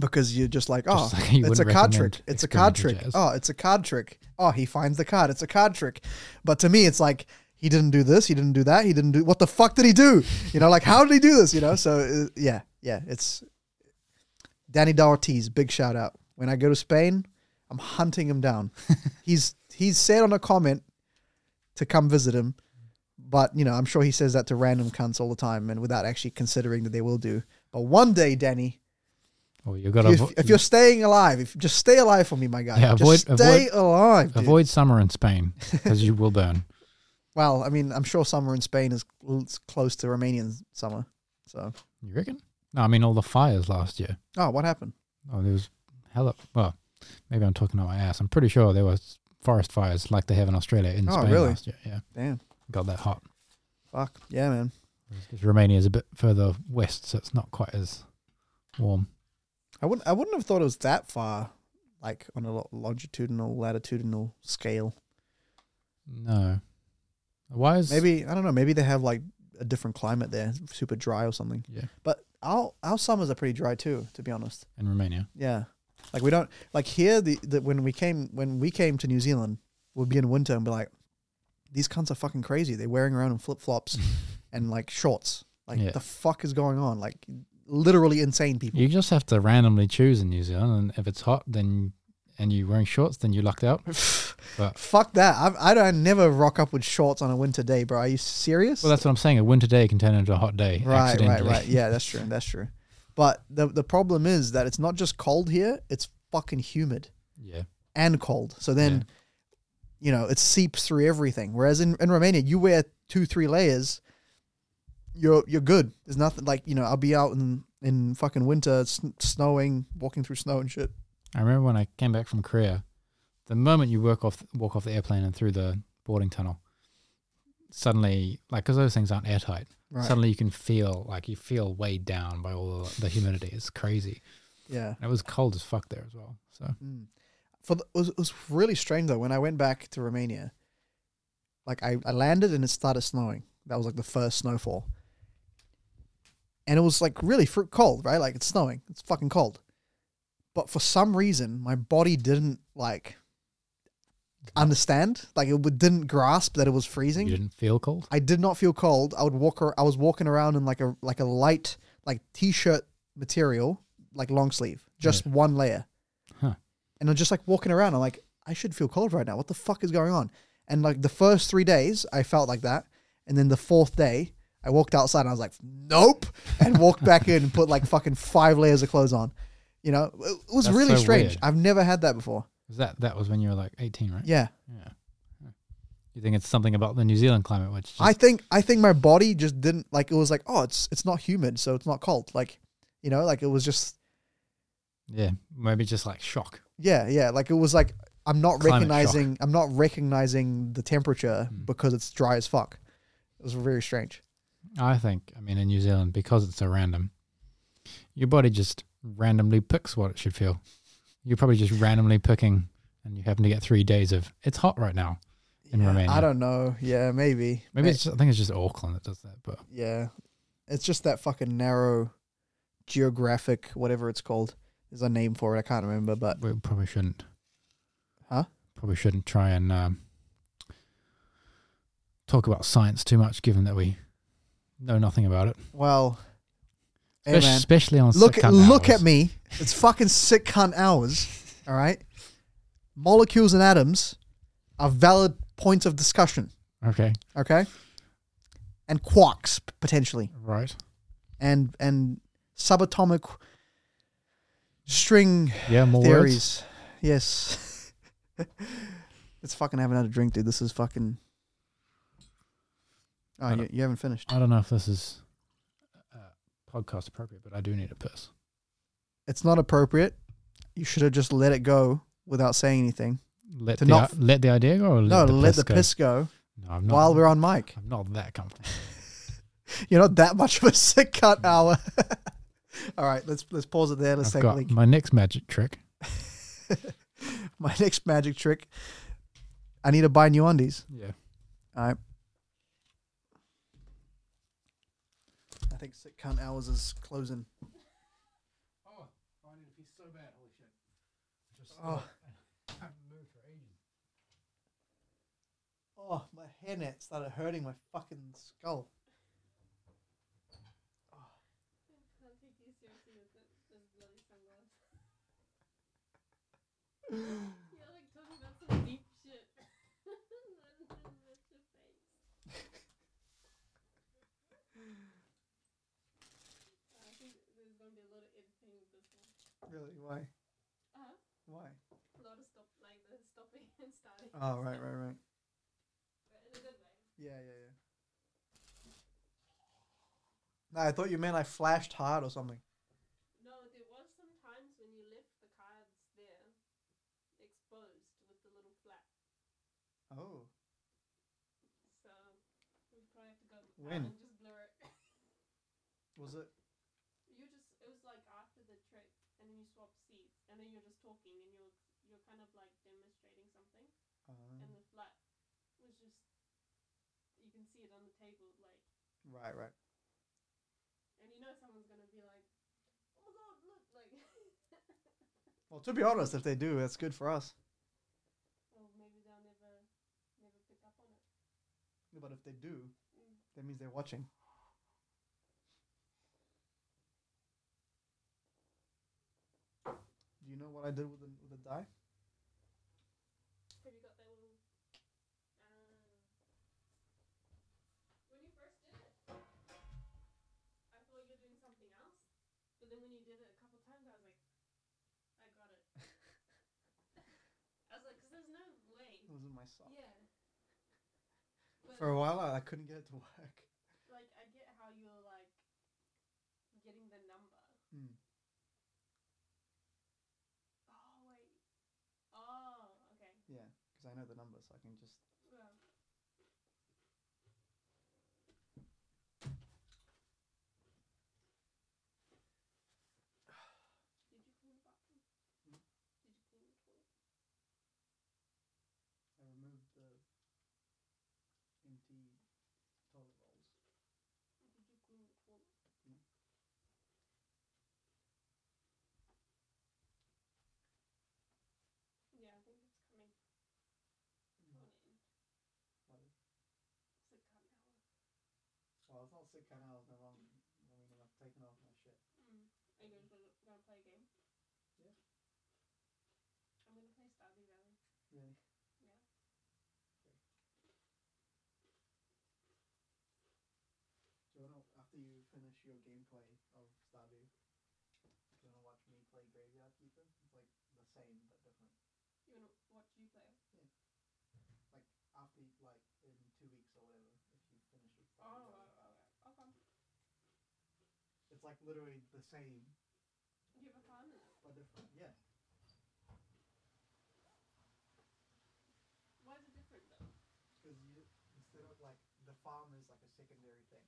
because you're just like, oh, Just like you it's a wouldn't card recommend trick. It's a card trick. experimental jazz. Oh, it's a card trick. Oh, he finds the card. It's a card trick. But to me, it's like he didn't do this. He didn't do that. He didn't do what the fuck did he do? You know, like how did he do this? You know. So uh, yeah, yeah. It's Danny D'Ortiz. Big shout out. When I go to Spain, I'm hunting him down. he's he's said on a comment to come visit him. But you know, I'm sure he says that to random cunts all the time, and without actually considering that they will do. But one day, Danny, Well, you've got to if, you- if you're staying alive, if just stay alive for me, my guy. Yeah, just avoid- stay alive. dude. avoid summer in Spain because you will burn. Well, I mean, I'm sure summer in Spain is l- it's close to Romanian summer. So, You reckon? No, I mean all the fires last year. oh, what happened? Oh, there was hella. Well, maybe I'm talking out my ass. I'm pretty sure there was forest fires like they have in Australia in Oh, Spain really? last year. Yeah, Damn, got that hot. fuck, yeah, man. 'Cause Romania is a bit further west, so it's not quite as warm. I wouldn't, I wouldn't have thought it was that far, like on a lo- longitudinal, latitudinal scale. No. Why is Maybe I don't know. Maybe they have like a different climate there, super dry or something. Yeah. But our our summers are pretty dry too, to be honest. in Romania? Yeah. Like we don't like here the, the when we came when we came to New Zealand, we'd be in winter and be like, These cunts are fucking crazy. They're wearing around in flip flops and like shorts. Like Yeah. the fuck is going on? Like literally insane people. You just have to randomly choose in New Zealand, and if it's hot, then and you're wearing shorts, then you lucked out. But- Fuck that. I've, I don't I never rock up with shorts on a winter day, bro. Are you serious? Well, that's what I'm saying. A winter day can turn into a hot day. right, right, accidentally. right. Yeah, that's true. That's true. But the the problem is that it's not just cold here, it's fucking humid. yeah. and cold. So then, you know, it seeps through everything. Whereas in, in Romania, you wear two, three layers, you're you're good. There's nothing like you know. I'll be out in in fucking winter, it's sn- snowing, walking through snow and shit. I remember when I came back from Korea, the moment you walk off walk off the airplane and through the boarding tunnel, suddenly, like, because those things aren't airtight, Right. suddenly you can feel like you feel weighed down by all the, the humidity. It's crazy. yeah. And it was cold as fuck there as well. So Mm. For the, it, was, it was really strange though when I went back to Romania. Like I, I landed and it started snowing. That was like the first snowfall. And it was like really fr- cold, right? Like it's snowing. It's fucking cold. But for some reason, my body didn't like understand. Like it w- didn't grasp that it was freezing. you didn't feel cold. I did not feel cold. I would walk. Ar- I was walking around in like a like a light like t-shirt material, like long sleeve, just one layer. Huh. And I'm just like walking around. I'm like, I should feel cold right now. What the fuck is going on? And like the first three days, I felt like that, and then the fourth day, I walked outside and I was like, nope, and walked back in and put like fucking five layers of clothes on. You know, it, it was That's really so strange. weird. I've never had that before. Was that that was when you were like 18, right? Yeah. Yeah. You think it's something about the New Zealand climate, which just, I think I think my body just didn't like it was like oh it's it's not humid so it's not cold like you know like it was just yeah, maybe just like shock. yeah yeah like it was like I'm not Climate recognizing I'm not recognizing the temperature Hmm. because it's dry as fuck. It was very strange. I think, I mean, in New Zealand, because it's so random, your body just randomly picks what it should feel. You're probably just randomly picking, and you happen to get three days of it's hot right now. In yeah, Romania. I don't know. Yeah, maybe Maybe May- it's just, I think it's just Auckland that does that, but yeah. It's just that fucking narrow geographic whatever it's called. There's a name for it. I can't remember, but we probably shouldn't. Huh? Probably shouldn't try and um, talk about science too much, given that we know nothing about it, well, hey, Espec- man. especially on look sick cunt look hours. at me. It's fucking sick cunt hours. All right. Molecules and atoms are valid points of discussion. Okay, Okay. And quarks p- potentially, right. and and subatomic string Yeah, more words. theories. Yes. Let's fucking have another drink, dude. This is fucking. Oh, I you, you haven't finished. I don't know if this is uh, podcast appropriate, but I do need a piss. It's not appropriate. You should have just let it go without saying anything. Let To the not- i- let the idea go. Or let No, the let piss the go? piss go No, I'm not. while we're on mic. I'm not that comfortable. You're not that much of a sick cut hour. All right, let's let's pause it there. Let's I've take a got leak. my next magic trick. My next magic trick. I need to buy new undies. Yeah. All right. I think sick cunt hours is closing. Oh, I need to pee so bad. Holy shit! Just uh, Oh, haven't moved for ages. oh my hairnet started hurting my fucking skull. Uh-huh. Really? Why? Why? Oh, right, right, right. Yeah, yeah, yeah. No, I thought you meant I flashed hard or something. No, there was some times when you left the cards there, exposed with the little flap. Oh. So we probably have to go out When? and just blur it. Was it? You just it was like after the trick, and then you swap seats, and then you're just talking, and you're you're kind of like demonstrating something, Um, and the flap was just you can see it on the table, like, right, right. and you know someone's gonna be like, oh my god, look, like, Well, to be honest, if they do, that's good for us. or maybe they'll never never pick up on it. But if they do, Mm. that means they're watching. Do you know what I did with the, with the die? Have you got that little? Uh, when you first did it, I thought you were doing something else, but then when you did it a couple times, I was like, I got it. I was like, 'cause there's no way. It was in my sock. Yeah. But For a while, I, I couldn't get it to work. like, I get how you're like getting the number. Mm. Oh wait. Oh, okay. Yeah, because I know the number, so I can just. Well, not sick canals no longer. I mean, I've taken off my shit. Mm. Are you going to, going to play a game? Yeah. I'm going to play Stardew Valley. Really? Yeah. Do you wanna after you finish your gameplay of Stardew, do you wanna watch me play Graveyard Keeper? It's like the same but different. You want to watch you play? Like after like in two weeks or whatever, if you finish with Oh, Stardew oh, Valley. oh, oh, okay. It's like literally the same Do you have a farm in it? but different. Yeah. Why is it different though? Because you instead of like the farm is like a secondary thing.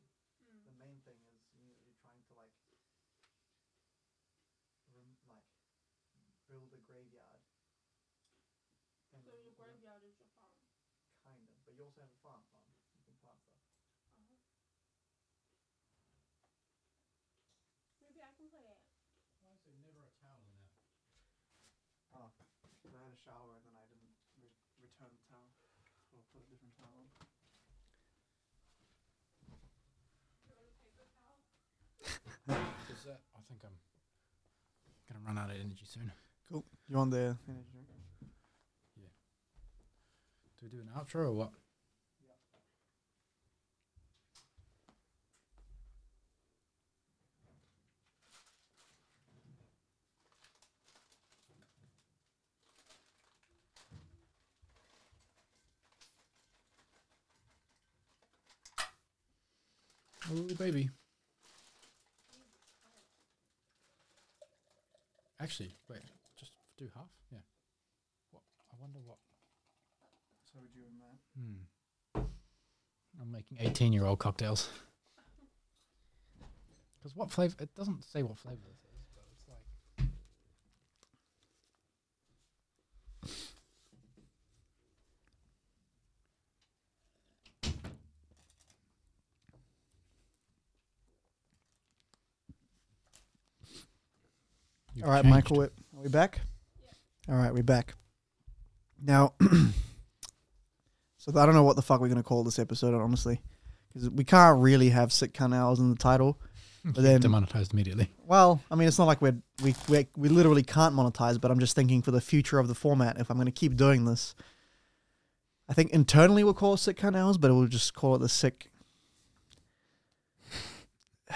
The Mm. main thing is you know, you're trying to like rem- like build a graveyard. And So then your you know, graveyard is your farm. Kind of, but you also have a farm farm. You can plant stuff. Uh-huh. Maybe I can play it. Why is there never a towel in there? Oh, I had a shower and then I didn't re- return the towel or put a different towel on. Do you want a paper towel? Is that? I think I'm gonna run out of energy soon. Cool. You on the energy drink? Do we do an outro or what? Yeah. Oh, baby. Actually, wait. Just do half. Yeah. What? I wonder what. So would you and that? Hmm. I'm making 18 year old cocktails. Because what flavor? It doesn't say what flavor this is, but it's like. You've All right, changed. Michael, Whip, are we back? Yeah. All right, we're back. Now, so I don't know what the fuck we're gonna call this episode, honestly, because we can't really have sick canals in the title. But then Demonetized immediately. Well, I mean, it's not like we're, we we we literally can't monetize, but I'm just thinking for the future of the format. If I'm going to keep doing this, I think internally we'll call it sick cunt hours, but we'll just call it the sick.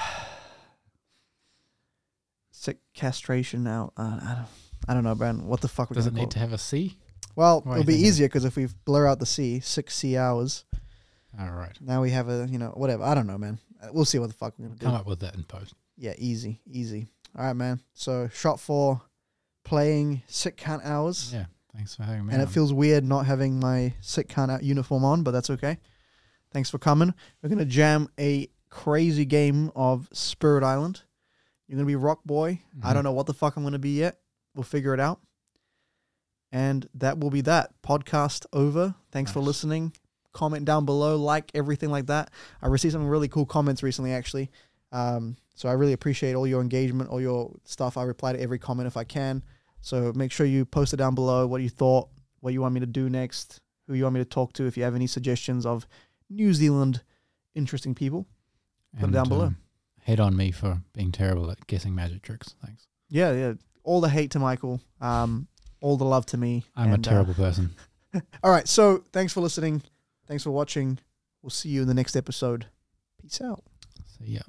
sick castration now. Uh, I don't. I don't know, Brandon. What the fuck? We're Does it gonna need to call have a C? it? Well, what are it'll you be thinking? easier because if we blur out the C, six C hours. All right. Now we have a you know whatever. I don't know, man. Uh, We'll see what the fuck we're gonna do. Come up with that in post. Yeah, easy, easy. All right, man. So shot for playing sick cunt hours, Yeah. Thanks for having me. and it on. feels weird not having my sick cunt out uniform on, but that's okay. Thanks for coming. We're gonna jam a crazy game of Spirit Island. You're gonna be Rock Boy. I Mhm. don't know what the fuck I'm gonna be yet. We'll figure it out. And that will be that podcast over. Thanks for Nice. listening. Comment down below, like everything like that. I received some really cool comments recently, actually. Um, so I really appreciate all your engagement, all your stuff. I reply to every comment if I can. So make sure you post it down below what you thought, what you want me to do next, who you want me to talk to. If you have any suggestions of New Zealand interesting people, Put it down below. um, hate on me for being terrible at guessing magic tricks. Thanks. yeah, yeah. All the hate to Michael, um, all the love to me. I'm and, a uh, terrible person. all right. So thanks for listening. Thanks for watching. We'll see you in the next episode. Peace out. So yeah.